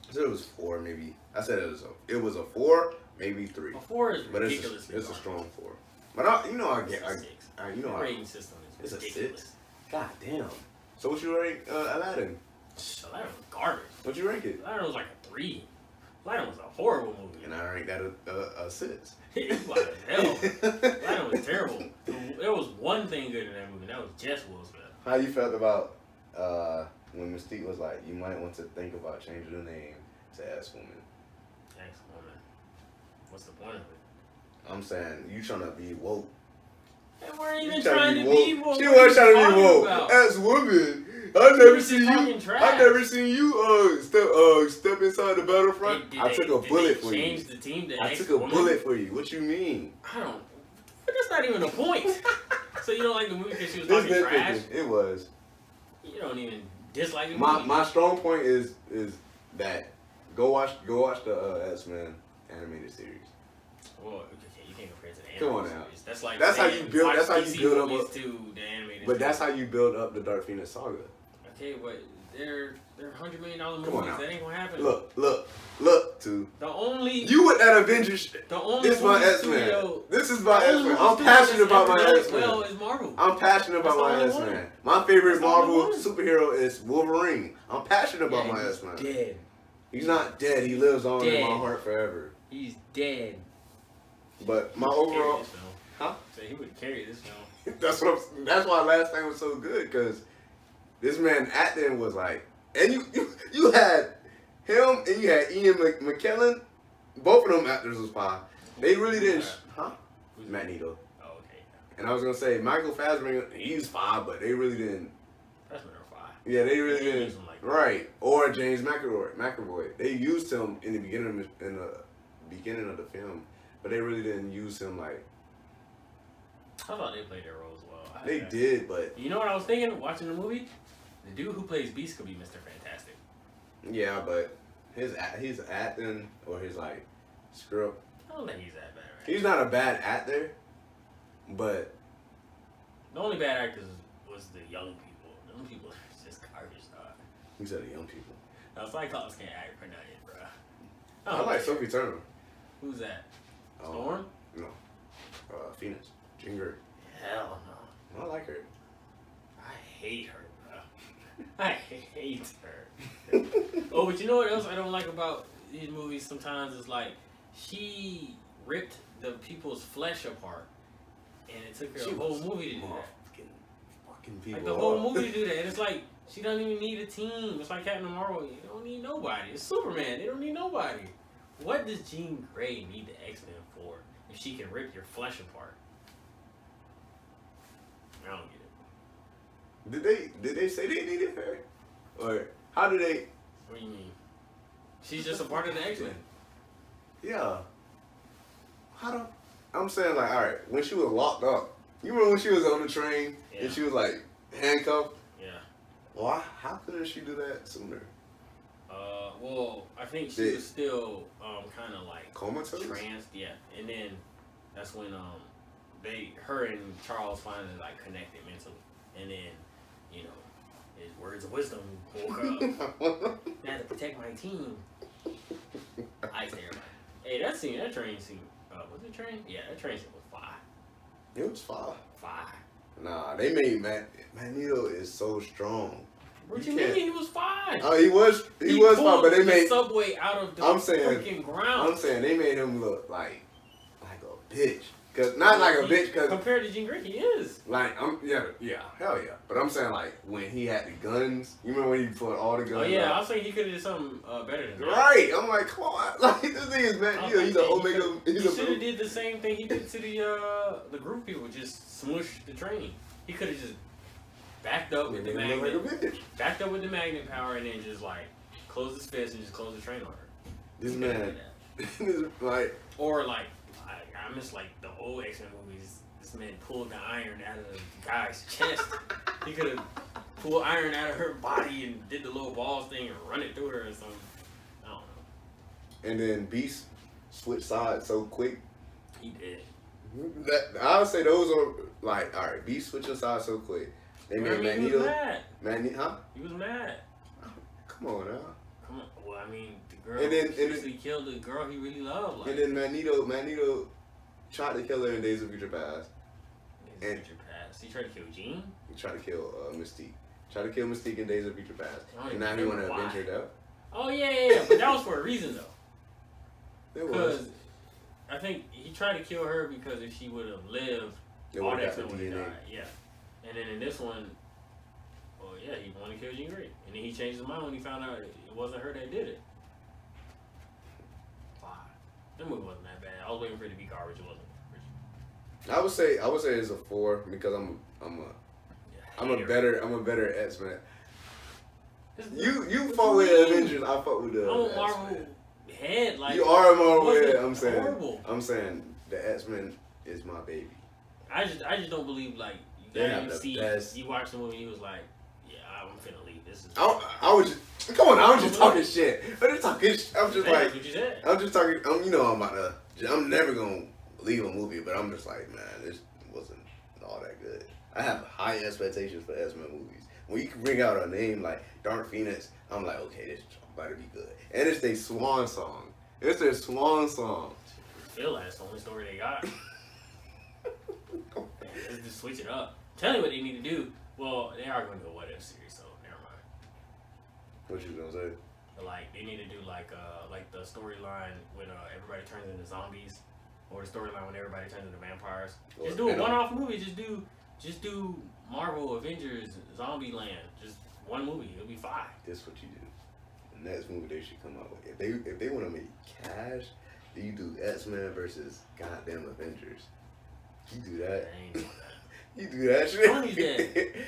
[SPEAKER 2] I said it was four, maybe. I said it was a, it was a four, maybe three.
[SPEAKER 1] A four is
[SPEAKER 2] But it's
[SPEAKER 1] Oh, ridiculously
[SPEAKER 2] a, it's a
[SPEAKER 1] dark.
[SPEAKER 2] strong four. But I, you know, I
[SPEAKER 1] It's
[SPEAKER 2] get,
[SPEAKER 1] a
[SPEAKER 2] I,
[SPEAKER 1] six.
[SPEAKER 2] I, you know,
[SPEAKER 1] The
[SPEAKER 2] I,
[SPEAKER 1] rating system
[SPEAKER 2] It's
[SPEAKER 1] is
[SPEAKER 2] a
[SPEAKER 1] ridiculous.
[SPEAKER 2] God damn. So what you rate uh, Aladdin?
[SPEAKER 1] Shh, Aladdin was garbage.
[SPEAKER 2] What you rank it?
[SPEAKER 1] Aladdin was like a three. Aladdin was a horrible movie.
[SPEAKER 2] And I rank that a, a, a six.
[SPEAKER 1] it was like hell. Aladdin was terrible. There was one thing good in that movie, and that was Jess Will Smith.
[SPEAKER 2] How you felt about uh, when Mystique was like, you might want to think about changing the name to Ass Woman.
[SPEAKER 1] Thanks, woman. What's the point of it?
[SPEAKER 2] I'm saying you trying to be woke.
[SPEAKER 1] They weren't even
[SPEAKER 2] You
[SPEAKER 1] trying to be woke.
[SPEAKER 2] She
[SPEAKER 1] What are
[SPEAKER 2] was
[SPEAKER 1] you
[SPEAKER 2] trying to be
[SPEAKER 1] talking
[SPEAKER 2] woke.
[SPEAKER 1] about?
[SPEAKER 2] As women, I never
[SPEAKER 1] was
[SPEAKER 2] seen
[SPEAKER 1] just
[SPEAKER 2] you.
[SPEAKER 1] talking trash.
[SPEAKER 2] I never seen you uh step uh step inside the battlefront.
[SPEAKER 1] Did- did
[SPEAKER 2] I
[SPEAKER 1] they-
[SPEAKER 2] took
[SPEAKER 1] did
[SPEAKER 2] a
[SPEAKER 1] they
[SPEAKER 2] bullet for you.
[SPEAKER 1] change the team to
[SPEAKER 2] I
[SPEAKER 1] X
[SPEAKER 2] took a
[SPEAKER 1] woman?
[SPEAKER 2] bullet for you. What you mean?
[SPEAKER 1] I don't. But that's not even the point. so you don't like the movie because she was
[SPEAKER 2] This
[SPEAKER 1] talking
[SPEAKER 2] nitpicking.
[SPEAKER 1] trash.
[SPEAKER 2] It was.
[SPEAKER 1] You don't even dislike the
[SPEAKER 2] My
[SPEAKER 1] movie.
[SPEAKER 2] my strong point is is that go watch go watch the uh, X Men animated series.
[SPEAKER 1] Well, okay, you can't compare it to the
[SPEAKER 2] Come
[SPEAKER 1] animated
[SPEAKER 2] on now.
[SPEAKER 1] series. That's like
[SPEAKER 2] That's how
[SPEAKER 1] saying
[SPEAKER 2] you build-
[SPEAKER 1] watch
[SPEAKER 2] that's how you
[SPEAKER 1] DC
[SPEAKER 2] build up
[SPEAKER 1] movies to the animated.
[SPEAKER 2] But that's
[SPEAKER 1] series.
[SPEAKER 2] how you build up the Dark Phoenix saga.
[SPEAKER 1] Okay, but they're they're hundred million dollar
[SPEAKER 2] Come on
[SPEAKER 1] movies.
[SPEAKER 2] now.
[SPEAKER 1] That ain't gonna happen.
[SPEAKER 2] Look look look to
[SPEAKER 1] the only
[SPEAKER 2] you with that Avengers. Shit.
[SPEAKER 1] the only
[SPEAKER 2] This my
[SPEAKER 1] movie
[SPEAKER 2] X Men.
[SPEAKER 1] studio.
[SPEAKER 2] This is
[SPEAKER 1] the
[SPEAKER 2] my X
[SPEAKER 1] only
[SPEAKER 2] Men.
[SPEAKER 1] movie
[SPEAKER 2] I'm
[SPEAKER 1] studio that's
[SPEAKER 2] passionate about
[SPEAKER 1] ever
[SPEAKER 2] my
[SPEAKER 1] done it
[SPEAKER 2] X Men.
[SPEAKER 1] Well, is Marvel.
[SPEAKER 2] I'm passionate about
[SPEAKER 1] That's the
[SPEAKER 2] my
[SPEAKER 1] only
[SPEAKER 2] X
[SPEAKER 1] one.
[SPEAKER 2] Men. My favorite
[SPEAKER 1] That's the only
[SPEAKER 2] Marvel
[SPEAKER 1] one.
[SPEAKER 2] superhero is Wolverine. I'm passionate about
[SPEAKER 1] Yeah,
[SPEAKER 2] my
[SPEAKER 1] he's
[SPEAKER 2] X Men.
[SPEAKER 1] Dead.
[SPEAKER 2] He's not dead. He lives on in my
[SPEAKER 1] Dead.
[SPEAKER 2] heart forever.
[SPEAKER 1] He's dead.
[SPEAKER 2] But my
[SPEAKER 1] He would carry
[SPEAKER 2] overall,
[SPEAKER 1] this film.
[SPEAKER 2] Huh?
[SPEAKER 1] So he would carry this film.
[SPEAKER 2] that's what. I'm, that's why last thing was so good because this man acting was like, and you you, you had him and you had Ian Mc, McKellen. Both of them actors was fine. They really didn't. sh- Huh?
[SPEAKER 1] Who's
[SPEAKER 2] Magneto.
[SPEAKER 1] Oh, okay.
[SPEAKER 2] And I was gonna say Michael Fassbender. He's fine, but they really didn't.
[SPEAKER 1] That's number five.
[SPEAKER 2] Yeah, they really
[SPEAKER 1] They
[SPEAKER 2] didn't.
[SPEAKER 1] use him like that.
[SPEAKER 2] Right. Or James McAvoy. McAvoy. They used him in the beginning of, in the beginning of the film, but they really didn't use him like
[SPEAKER 1] I thought they played their roles well. I-
[SPEAKER 2] they
[SPEAKER 1] I-
[SPEAKER 2] did. But
[SPEAKER 1] You know what I was thinking watching the movie? The dude who plays Beast could be Mr. Fantastic.
[SPEAKER 2] yeah, but his act- his acting or his like script.
[SPEAKER 1] I don't think he's that bad. Right?
[SPEAKER 2] He's not a bad actor, but
[SPEAKER 1] the only bad actors was the young people. Them people is just garbage. Dog.
[SPEAKER 2] he's at the young people.
[SPEAKER 1] Now, Cyclops can't act for nothing, bro.
[SPEAKER 2] I like Sophie Turner.
[SPEAKER 1] Who's that?
[SPEAKER 2] Um,
[SPEAKER 1] Oh, Storm?
[SPEAKER 2] No. Uh, Phoenix. Ginger.
[SPEAKER 1] Hell no.
[SPEAKER 2] I like her.
[SPEAKER 1] I hate her, bro. I hate her. Oh, but you know what else I don't like about these movies sometimes is like she ripped the people's flesh apart, and it took her
[SPEAKER 2] She
[SPEAKER 1] a whole
[SPEAKER 2] was
[SPEAKER 1] movie to do that.
[SPEAKER 2] Motherfucking- fucking people.
[SPEAKER 1] Like the whole
[SPEAKER 2] up.
[SPEAKER 1] movie to do that. And it's like she doesn't even need a team. It's like Captain Marvel. You don't need nobody. It's Superman. They don't need nobody. What does Jean Grey need the X Men for if she can rip your flesh apart? I don't get it.
[SPEAKER 2] Did they did they say they needed her? Or how did they
[SPEAKER 1] What do you mean? She's just a part of the X Men.
[SPEAKER 2] Yeah. How do I'm saying like alright, when she was locked up, you remember when she was on the train
[SPEAKER 1] Yeah.
[SPEAKER 2] and she was like handcuffed?
[SPEAKER 1] Yeah.
[SPEAKER 2] Why how couldn't she do that sooner?
[SPEAKER 1] Uh. Well, I think she
[SPEAKER 2] Did-
[SPEAKER 1] was still um kind of like
[SPEAKER 2] Comatose?
[SPEAKER 1] trans. Yeah. And then that's when um they her and Charles finally like connected mentally, and then you know his words of wisdom woke her up. I had to protect my team. I say everybody. Hey, that scene, that train scene. Uh, was it train? Yeah, that train scene was fire.
[SPEAKER 2] it was fire.
[SPEAKER 1] Fire.
[SPEAKER 2] Nah, they made Man Magneto is so strong.
[SPEAKER 1] What
[SPEAKER 2] You
[SPEAKER 1] you,
[SPEAKER 2] can't-
[SPEAKER 1] mean? He was fine.
[SPEAKER 2] Oh, he was he, was fine,
[SPEAKER 1] pulled
[SPEAKER 2] but they
[SPEAKER 1] the
[SPEAKER 2] made
[SPEAKER 1] subway out of the
[SPEAKER 2] I'm saying-
[SPEAKER 1] freaking ground.
[SPEAKER 2] I'm saying they made him look like like a bitch. Cause not like a bitch, cause
[SPEAKER 1] compared to Gene Grey, he is.
[SPEAKER 2] like I'm yeah yeah hell yeah. But I'm saying like when he had the guns, you remember when he put all the guns?
[SPEAKER 1] Oh yeah, I
[SPEAKER 2] out?
[SPEAKER 1] was thinking he could have did something uh, better than that.
[SPEAKER 2] Right, I'm like, come on, like this thing is
[SPEAKER 1] I
[SPEAKER 2] mad.
[SPEAKER 1] was
[SPEAKER 2] Yeah, he's an
[SPEAKER 1] thinking he
[SPEAKER 2] Omega.
[SPEAKER 1] coulda-
[SPEAKER 2] He's
[SPEAKER 1] He should
[SPEAKER 2] a
[SPEAKER 1] have did the same thing he did to the uh, the group people, just smush the train. He could have just backed up with the
[SPEAKER 2] Make him look
[SPEAKER 1] magnet,
[SPEAKER 2] like a bitch.
[SPEAKER 1] backed up with the magnet power, and then just like close his fist and just close the train on her.
[SPEAKER 2] This
[SPEAKER 1] He coulda
[SPEAKER 2] man,
[SPEAKER 1] did that.
[SPEAKER 2] this, like
[SPEAKER 1] Or like, I, I miss like the old X Men movies. This man pulled the iron out of the guy's chest. he could have pulled iron out of her body and did the little balls thing and run it through her or something. I don't know.
[SPEAKER 2] and then Beast switched sides so quick.
[SPEAKER 1] He did.
[SPEAKER 2] That I would say those are like all right. Beast switching sides so quick. They
[SPEAKER 1] I
[SPEAKER 2] made
[SPEAKER 1] mean, he was
[SPEAKER 2] Magneto.
[SPEAKER 1] mad.
[SPEAKER 2] Magneto, huh?
[SPEAKER 1] He was mad.
[SPEAKER 2] Come on now.
[SPEAKER 1] Come on. Well, I mean, the girl
[SPEAKER 2] And then- and
[SPEAKER 1] seriously killed the girl he really loved. Like,
[SPEAKER 2] And then Magneto, Magneto tried to kill her in Days of Future Past.
[SPEAKER 1] his
[SPEAKER 2] and-
[SPEAKER 1] future past. He tried to kill Jean.
[SPEAKER 2] He tried to kill uh, Mystique. Tried to kill Mystique in Days of Future Past.
[SPEAKER 1] I don't
[SPEAKER 2] And now he
[SPEAKER 1] even
[SPEAKER 2] want to
[SPEAKER 1] know why.
[SPEAKER 2] avenge her though.
[SPEAKER 1] Oh yeah, yeah, yeah. but that was for a reason though.
[SPEAKER 2] There was.
[SPEAKER 1] Because I think he tried to kill her because if she would have lived,
[SPEAKER 2] They
[SPEAKER 1] all
[SPEAKER 2] would
[SPEAKER 1] that
[SPEAKER 2] have got
[SPEAKER 1] stuff
[SPEAKER 2] the
[SPEAKER 1] would have
[SPEAKER 2] DNA.
[SPEAKER 1] died. Yeah. And then in this one, well, yeah, he wanted to kill Jean Grey, and then he changed his mind when he found out it wasn't her that did it. Why? That movie wasn't that bad. I was waiting for it to be garbage. It wasn't. garbage.
[SPEAKER 2] I would say I would say it's a four because I'm I'm a
[SPEAKER 1] Yeah,
[SPEAKER 2] I'm a
[SPEAKER 1] hater.
[SPEAKER 2] better I'm a better X Man.
[SPEAKER 1] This-
[SPEAKER 2] You you
[SPEAKER 1] What
[SPEAKER 2] fought
[SPEAKER 1] you
[SPEAKER 2] with
[SPEAKER 1] mean?
[SPEAKER 2] Avengers. I fought with the
[SPEAKER 1] I'm a
[SPEAKER 2] X-Men.
[SPEAKER 1] Marvel head. Like
[SPEAKER 2] you are a Marvel.
[SPEAKER 1] wasn't
[SPEAKER 2] head, I'm saying.
[SPEAKER 1] horrible.
[SPEAKER 2] I'm saying the X Men is my baby.
[SPEAKER 1] I just I just don't believe like you
[SPEAKER 2] They
[SPEAKER 1] gotta
[SPEAKER 2] have the
[SPEAKER 1] see
[SPEAKER 2] best-
[SPEAKER 1] you watch the movie and you was like, Yeah, I'm finna leave. This is
[SPEAKER 2] I, I was just come on. I was just talking shit. I'm just talking. Sh- I'm just
[SPEAKER 1] Hey,
[SPEAKER 2] like
[SPEAKER 1] that's
[SPEAKER 2] Uh,
[SPEAKER 1] what you said.
[SPEAKER 2] I'm just talking. I'm, you know, I'm about to. I'm never gonna leave a movie, but I'm just like, man, this wasn't all that good. I have high expectations for X Men movies. When you can bring out a name like Dark Phoenix, I'm like, okay, this about to be good. And it's their swan song. It's their swan song.
[SPEAKER 1] Feel that's the only story they got. Let's just switch it up. Tell me what they need to do. Well, they are gonna do a what if series, so never mind.
[SPEAKER 2] What you gonna say?
[SPEAKER 1] But like they need to do like uh like the storyline when uh, everybody turns into zombies or the storyline when everybody turns into vampires. Just do a
[SPEAKER 2] They don't-
[SPEAKER 1] one off movie, just do just do Marvel Avengers Zombie Land. Just one movie, it'll be fine.
[SPEAKER 2] This what you do. The next movie they should come out with. If they if they want to make cash, you do X Men versus goddamn Avengers. You do
[SPEAKER 1] I
[SPEAKER 2] that.
[SPEAKER 1] ain't doing that.
[SPEAKER 2] You do that shit.
[SPEAKER 1] Tony's dead.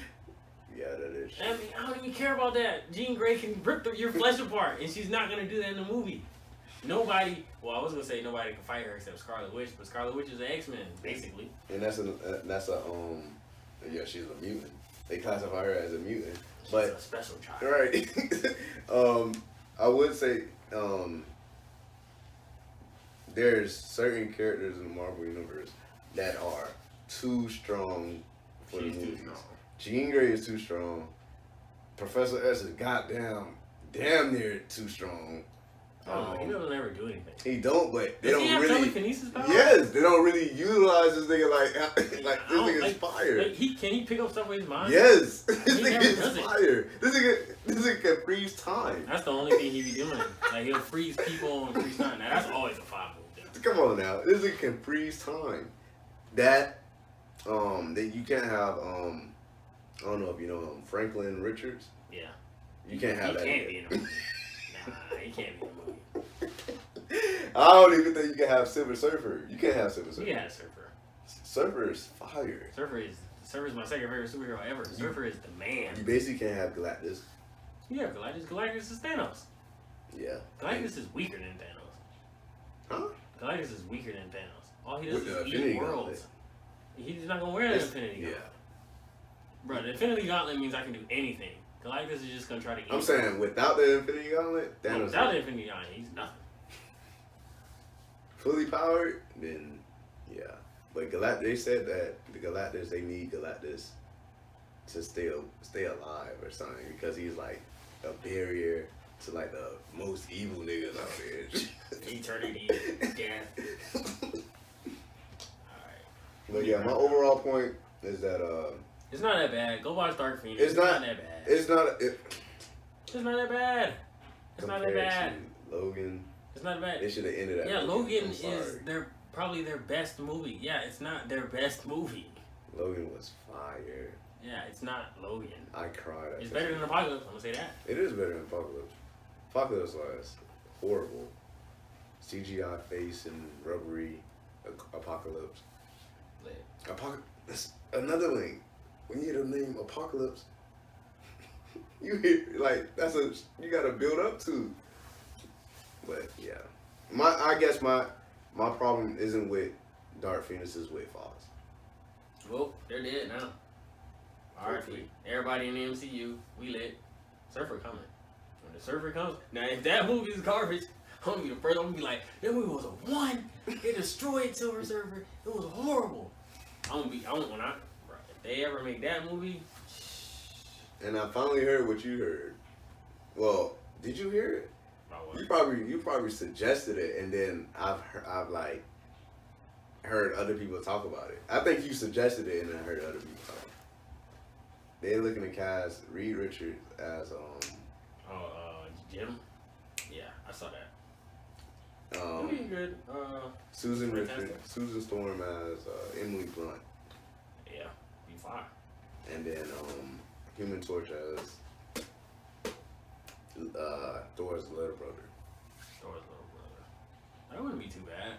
[SPEAKER 2] yeah, that is.
[SPEAKER 1] I mean, I don't even care about that. Jean Grey can rip the, your flesh apart, and she's not gonna do that in the movie. Nobody. Well, I was gonna say nobody can fight her except Scarlet Witch, but Scarlet Witch is an X Men, basically.
[SPEAKER 2] And that's a uh, that's a um. Yeah, she's a mutant. They classify her as a mutant.
[SPEAKER 1] She's
[SPEAKER 2] But
[SPEAKER 1] a special child.
[SPEAKER 2] right. um, I would say um. There's certain characters in the Marvel universe that are too strong for
[SPEAKER 1] She's
[SPEAKER 2] the
[SPEAKER 1] too
[SPEAKER 2] movies.
[SPEAKER 1] strong.
[SPEAKER 2] Jean Grey is too strong. Professor S is goddamn damn near too strong.
[SPEAKER 1] Oh, he
[SPEAKER 2] Um,
[SPEAKER 1] doesn't ever do anything.
[SPEAKER 2] He don't, but they
[SPEAKER 1] Does
[SPEAKER 2] don't
[SPEAKER 1] he have
[SPEAKER 2] really.
[SPEAKER 1] telekinesis power?
[SPEAKER 2] Yes, they don't really utilize this nigga like like
[SPEAKER 1] I
[SPEAKER 2] this
[SPEAKER 1] don't-
[SPEAKER 2] nigga is
[SPEAKER 1] like- Like,
[SPEAKER 2] fired.
[SPEAKER 1] he can he pick up stuff with his mind?
[SPEAKER 2] Yes, this
[SPEAKER 1] he
[SPEAKER 2] nigga
[SPEAKER 1] never
[SPEAKER 2] is
[SPEAKER 1] does it.
[SPEAKER 2] fired. This nigga this nigga can freeze time.
[SPEAKER 1] That's the only thing he be doing. Like he'll freeze people and freeze time. Now that's always a five move. Thing.
[SPEAKER 2] Come on now, this nigga can freeze time. That um that you can't have um I don't know if you know him Franklin Richards.
[SPEAKER 1] Yeah.
[SPEAKER 2] You can't have
[SPEAKER 1] he
[SPEAKER 2] that.
[SPEAKER 1] can't
[SPEAKER 2] nigga.
[SPEAKER 1] be in a movie. Nah, he can't be in a movie.
[SPEAKER 2] I don't even think you can have Silver Surfer. You can't have Silver
[SPEAKER 1] So
[SPEAKER 2] Surfer.
[SPEAKER 1] you got a surfer.
[SPEAKER 2] Surfer is fired.
[SPEAKER 1] Surfer is Surfer is my second favorite superhero ever. Surfer is the
[SPEAKER 2] You
[SPEAKER 1] man.
[SPEAKER 2] basically can't have Galactus.
[SPEAKER 1] Yeah, Galactus. Galactus is Thanos.
[SPEAKER 2] Yeah.
[SPEAKER 1] Galactus is weaker than Thanos.
[SPEAKER 2] Huh?
[SPEAKER 1] Galactus is weaker than Thanos. All he does
[SPEAKER 2] With the
[SPEAKER 1] is
[SPEAKER 2] Infinity
[SPEAKER 1] eat worlds. He's not gonna wear the
[SPEAKER 2] It's-
[SPEAKER 1] Infinity
[SPEAKER 2] yeah.
[SPEAKER 1] Gauntlet. Bro, the Infinity Gauntlet means I can do anything. Galactus is just gonna try to eat.
[SPEAKER 2] I'm saying without the Infinity Gauntlet,
[SPEAKER 1] Well,
[SPEAKER 2] Thanos
[SPEAKER 1] without
[SPEAKER 2] is
[SPEAKER 1] the Infinity Gauntlet, he's nothing.
[SPEAKER 2] fully powered, then yeah. But Galactus, they said that the Galactus, they need Galactus to stay stay alive or something because he's like a barrier to like the most evil niggas out there.
[SPEAKER 1] Eternity, death. Alright.
[SPEAKER 2] but yeah, my overall point is that uh,
[SPEAKER 1] It's not that bad. Go watch Dark Phoenix.
[SPEAKER 2] It's not-
[SPEAKER 1] that bad. It's,
[SPEAKER 2] it's not it,
[SPEAKER 1] not that bad. It's not that
[SPEAKER 2] compared
[SPEAKER 1] bad.
[SPEAKER 2] to Logan.
[SPEAKER 1] It's not that bad.
[SPEAKER 2] They should have ended at
[SPEAKER 1] Yeah,
[SPEAKER 2] Logan.
[SPEAKER 1] Logan
[SPEAKER 2] I'm sorry.
[SPEAKER 1] is their probably their best movie. Yeah, it's not their best movie.
[SPEAKER 2] Logan was fire.
[SPEAKER 1] Yeah, it's not Logan.
[SPEAKER 2] I cried. at
[SPEAKER 1] It's
[SPEAKER 2] this
[SPEAKER 1] better
[SPEAKER 2] movie.
[SPEAKER 1] than Apocalypse. I'm gonna say that.
[SPEAKER 2] It is better than Apocalypse. Apocalypse was horrible. CGI face and rubbery a- apocalypse.
[SPEAKER 1] Like,
[SPEAKER 2] Apocalypse. Another thing. When you hear the name apocalypse, you hear like that's a you gotta build up to. But yeah, my I guess my my problem isn't with Dark Phoenix is with Fox.
[SPEAKER 1] well, they're dead now. R.I.P. Everybody in the MCU, we lit. Surfer coming. When the Surfer comes, now if that movie is garbage, I'm gonna be the first. I'm gonna be like, that movie was a one. It destroyed Silver Surfer. It was horrible. I'm gonna be. I don't when I. bruh, If they ever make that movie,
[SPEAKER 2] And I finally heard what you heard. Well, did you hear it?
[SPEAKER 1] I
[SPEAKER 2] You
[SPEAKER 1] would.
[SPEAKER 2] probably you probably suggested it, and then I've heard, I've like heard other people talk about it. I think you suggested it, and I heard other people talk. They're looking to cast Reed Richards as um
[SPEAKER 1] Oh, uh, Jim. Yeah, I saw that.
[SPEAKER 2] um
[SPEAKER 1] It'd be good. Uh,
[SPEAKER 2] Susan Richard,
[SPEAKER 1] Fantastic.
[SPEAKER 2] Susan Storm as uh, Emily Blunt,
[SPEAKER 1] yeah, be fine.
[SPEAKER 2] and then um Human Torch as uh Thor's little brother.
[SPEAKER 1] Thor's little brother. That wouldn't be too bad.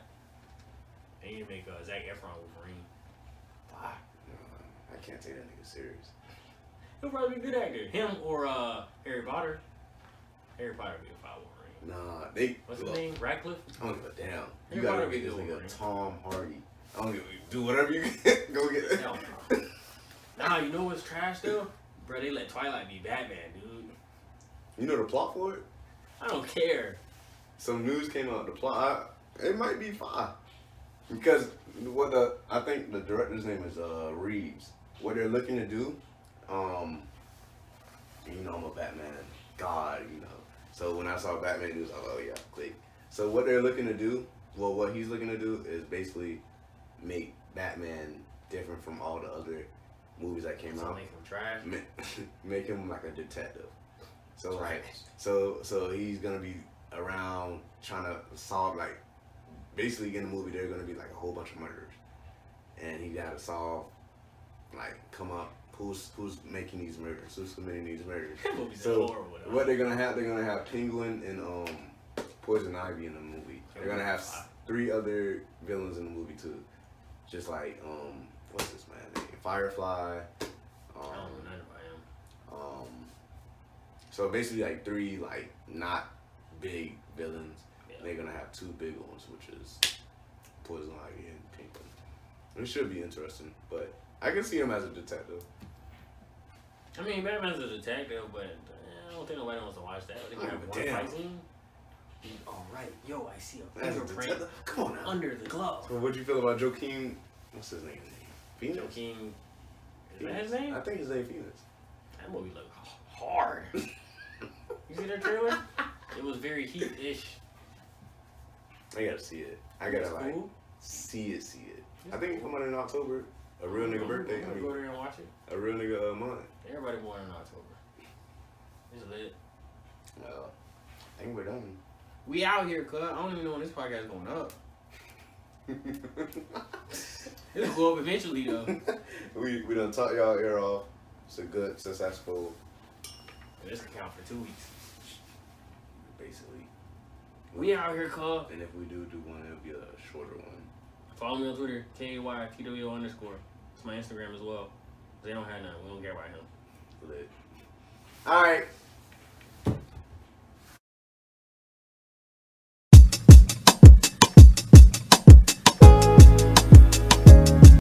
[SPEAKER 1] They need to make uh, Zac Efron Wolverine. Fuck.
[SPEAKER 2] No, I can't take that nigga serious.
[SPEAKER 1] He'll probably be a good actor. Him or uh, Harry Potter. Harry Potter would be a foul Wolverine.
[SPEAKER 2] Nah, they
[SPEAKER 1] What's his
[SPEAKER 2] look,
[SPEAKER 1] name? Radcliffe?
[SPEAKER 2] I don't give a damn. You
[SPEAKER 1] Your
[SPEAKER 2] gotta
[SPEAKER 1] brother
[SPEAKER 2] get
[SPEAKER 1] be
[SPEAKER 2] this
[SPEAKER 1] doing
[SPEAKER 2] nigga
[SPEAKER 1] great.
[SPEAKER 2] Tom Hardy. I don't give a, do whatever you can. Go get it.
[SPEAKER 1] Hell no. Nah, you know what's trash though? Bro, they let Twilight be Batman, dude.
[SPEAKER 2] You know the plot for it?
[SPEAKER 1] I don't care.
[SPEAKER 2] Some news came out. The plot, I, it might be fine because what the I think the director's name is uh Reeves. What they're looking to do, um, you know, I'm a Batman god, you know. So when I saw Batman, it was like, oh yeah, click. So what they're looking to do, well, what he's looking to do is basically make Batman different from all the other movies that came
[SPEAKER 1] So
[SPEAKER 2] out.
[SPEAKER 1] make him trash.
[SPEAKER 2] ma- make him like a detective. So like, so so he's gonna be around trying to solve like, basically in the movie they're gonna be like a whole bunch of murderers, and he gotta solve, like come up who's who's making these murders, who's committing these murders.
[SPEAKER 1] That movie's
[SPEAKER 2] So
[SPEAKER 1] horrible. Though.
[SPEAKER 2] what they're gonna have? They're gonna have Penguin and um, Poison Ivy in the movie. They're gonna have s- three other villains in the movie too, just like um, what's this man? name? Firefly.
[SPEAKER 1] I
[SPEAKER 2] Um,
[SPEAKER 1] don't know nothing about him.
[SPEAKER 2] um, so basically, like three like not big villains.
[SPEAKER 1] Yeah.
[SPEAKER 2] And they're gonna have two big ones, which is Poison Ivy and Penguin. It should be interesting, but I can see him as a detective.
[SPEAKER 1] I mean, Batman's a detective, but eh, I don't think nobody wants to watch that. They
[SPEAKER 2] Oh,
[SPEAKER 1] can have one
[SPEAKER 2] damn.
[SPEAKER 1] fight scene. All right, yo, I see a
[SPEAKER 2] As a
[SPEAKER 1] fingerprint
[SPEAKER 2] detective, come on now.
[SPEAKER 1] under the glove.
[SPEAKER 2] So what do you feel about Joaquin? What's his name? Phoenix.
[SPEAKER 1] Joaquin, is that his name?
[SPEAKER 2] I think his name Phoenix.
[SPEAKER 1] That movie looked h- hard. you see the trailer? It was very heat-ish.
[SPEAKER 2] I gotta see it. I
[SPEAKER 1] It's
[SPEAKER 2] gotta like
[SPEAKER 1] cool.
[SPEAKER 2] see it, see it.
[SPEAKER 1] Yeah.
[SPEAKER 2] I think it come out in October. A real
[SPEAKER 1] I'm
[SPEAKER 2] nigga
[SPEAKER 1] gonna- I'm
[SPEAKER 2] birthday. I
[SPEAKER 1] gonna go
[SPEAKER 2] mean,
[SPEAKER 1] there and watch it.
[SPEAKER 2] a real nigga uh, month.
[SPEAKER 1] Everybody born in October. It's lit.
[SPEAKER 2] Well, I think we're done.
[SPEAKER 1] We out here, cuz. I don't even know when this podcast is going up. It'll go up eventually, though.
[SPEAKER 2] we we done taught y'all ear off. It's a good, successful,
[SPEAKER 1] this can count for two weeks.
[SPEAKER 2] basically.
[SPEAKER 1] We out here, cuz.
[SPEAKER 2] And if we do do one, it'll be a shorter one.
[SPEAKER 1] Follow me on Twitter, K A Y T W O underscore. It's my Instagram as well. They don't have none. We don't care about him.
[SPEAKER 2] Lit. All right.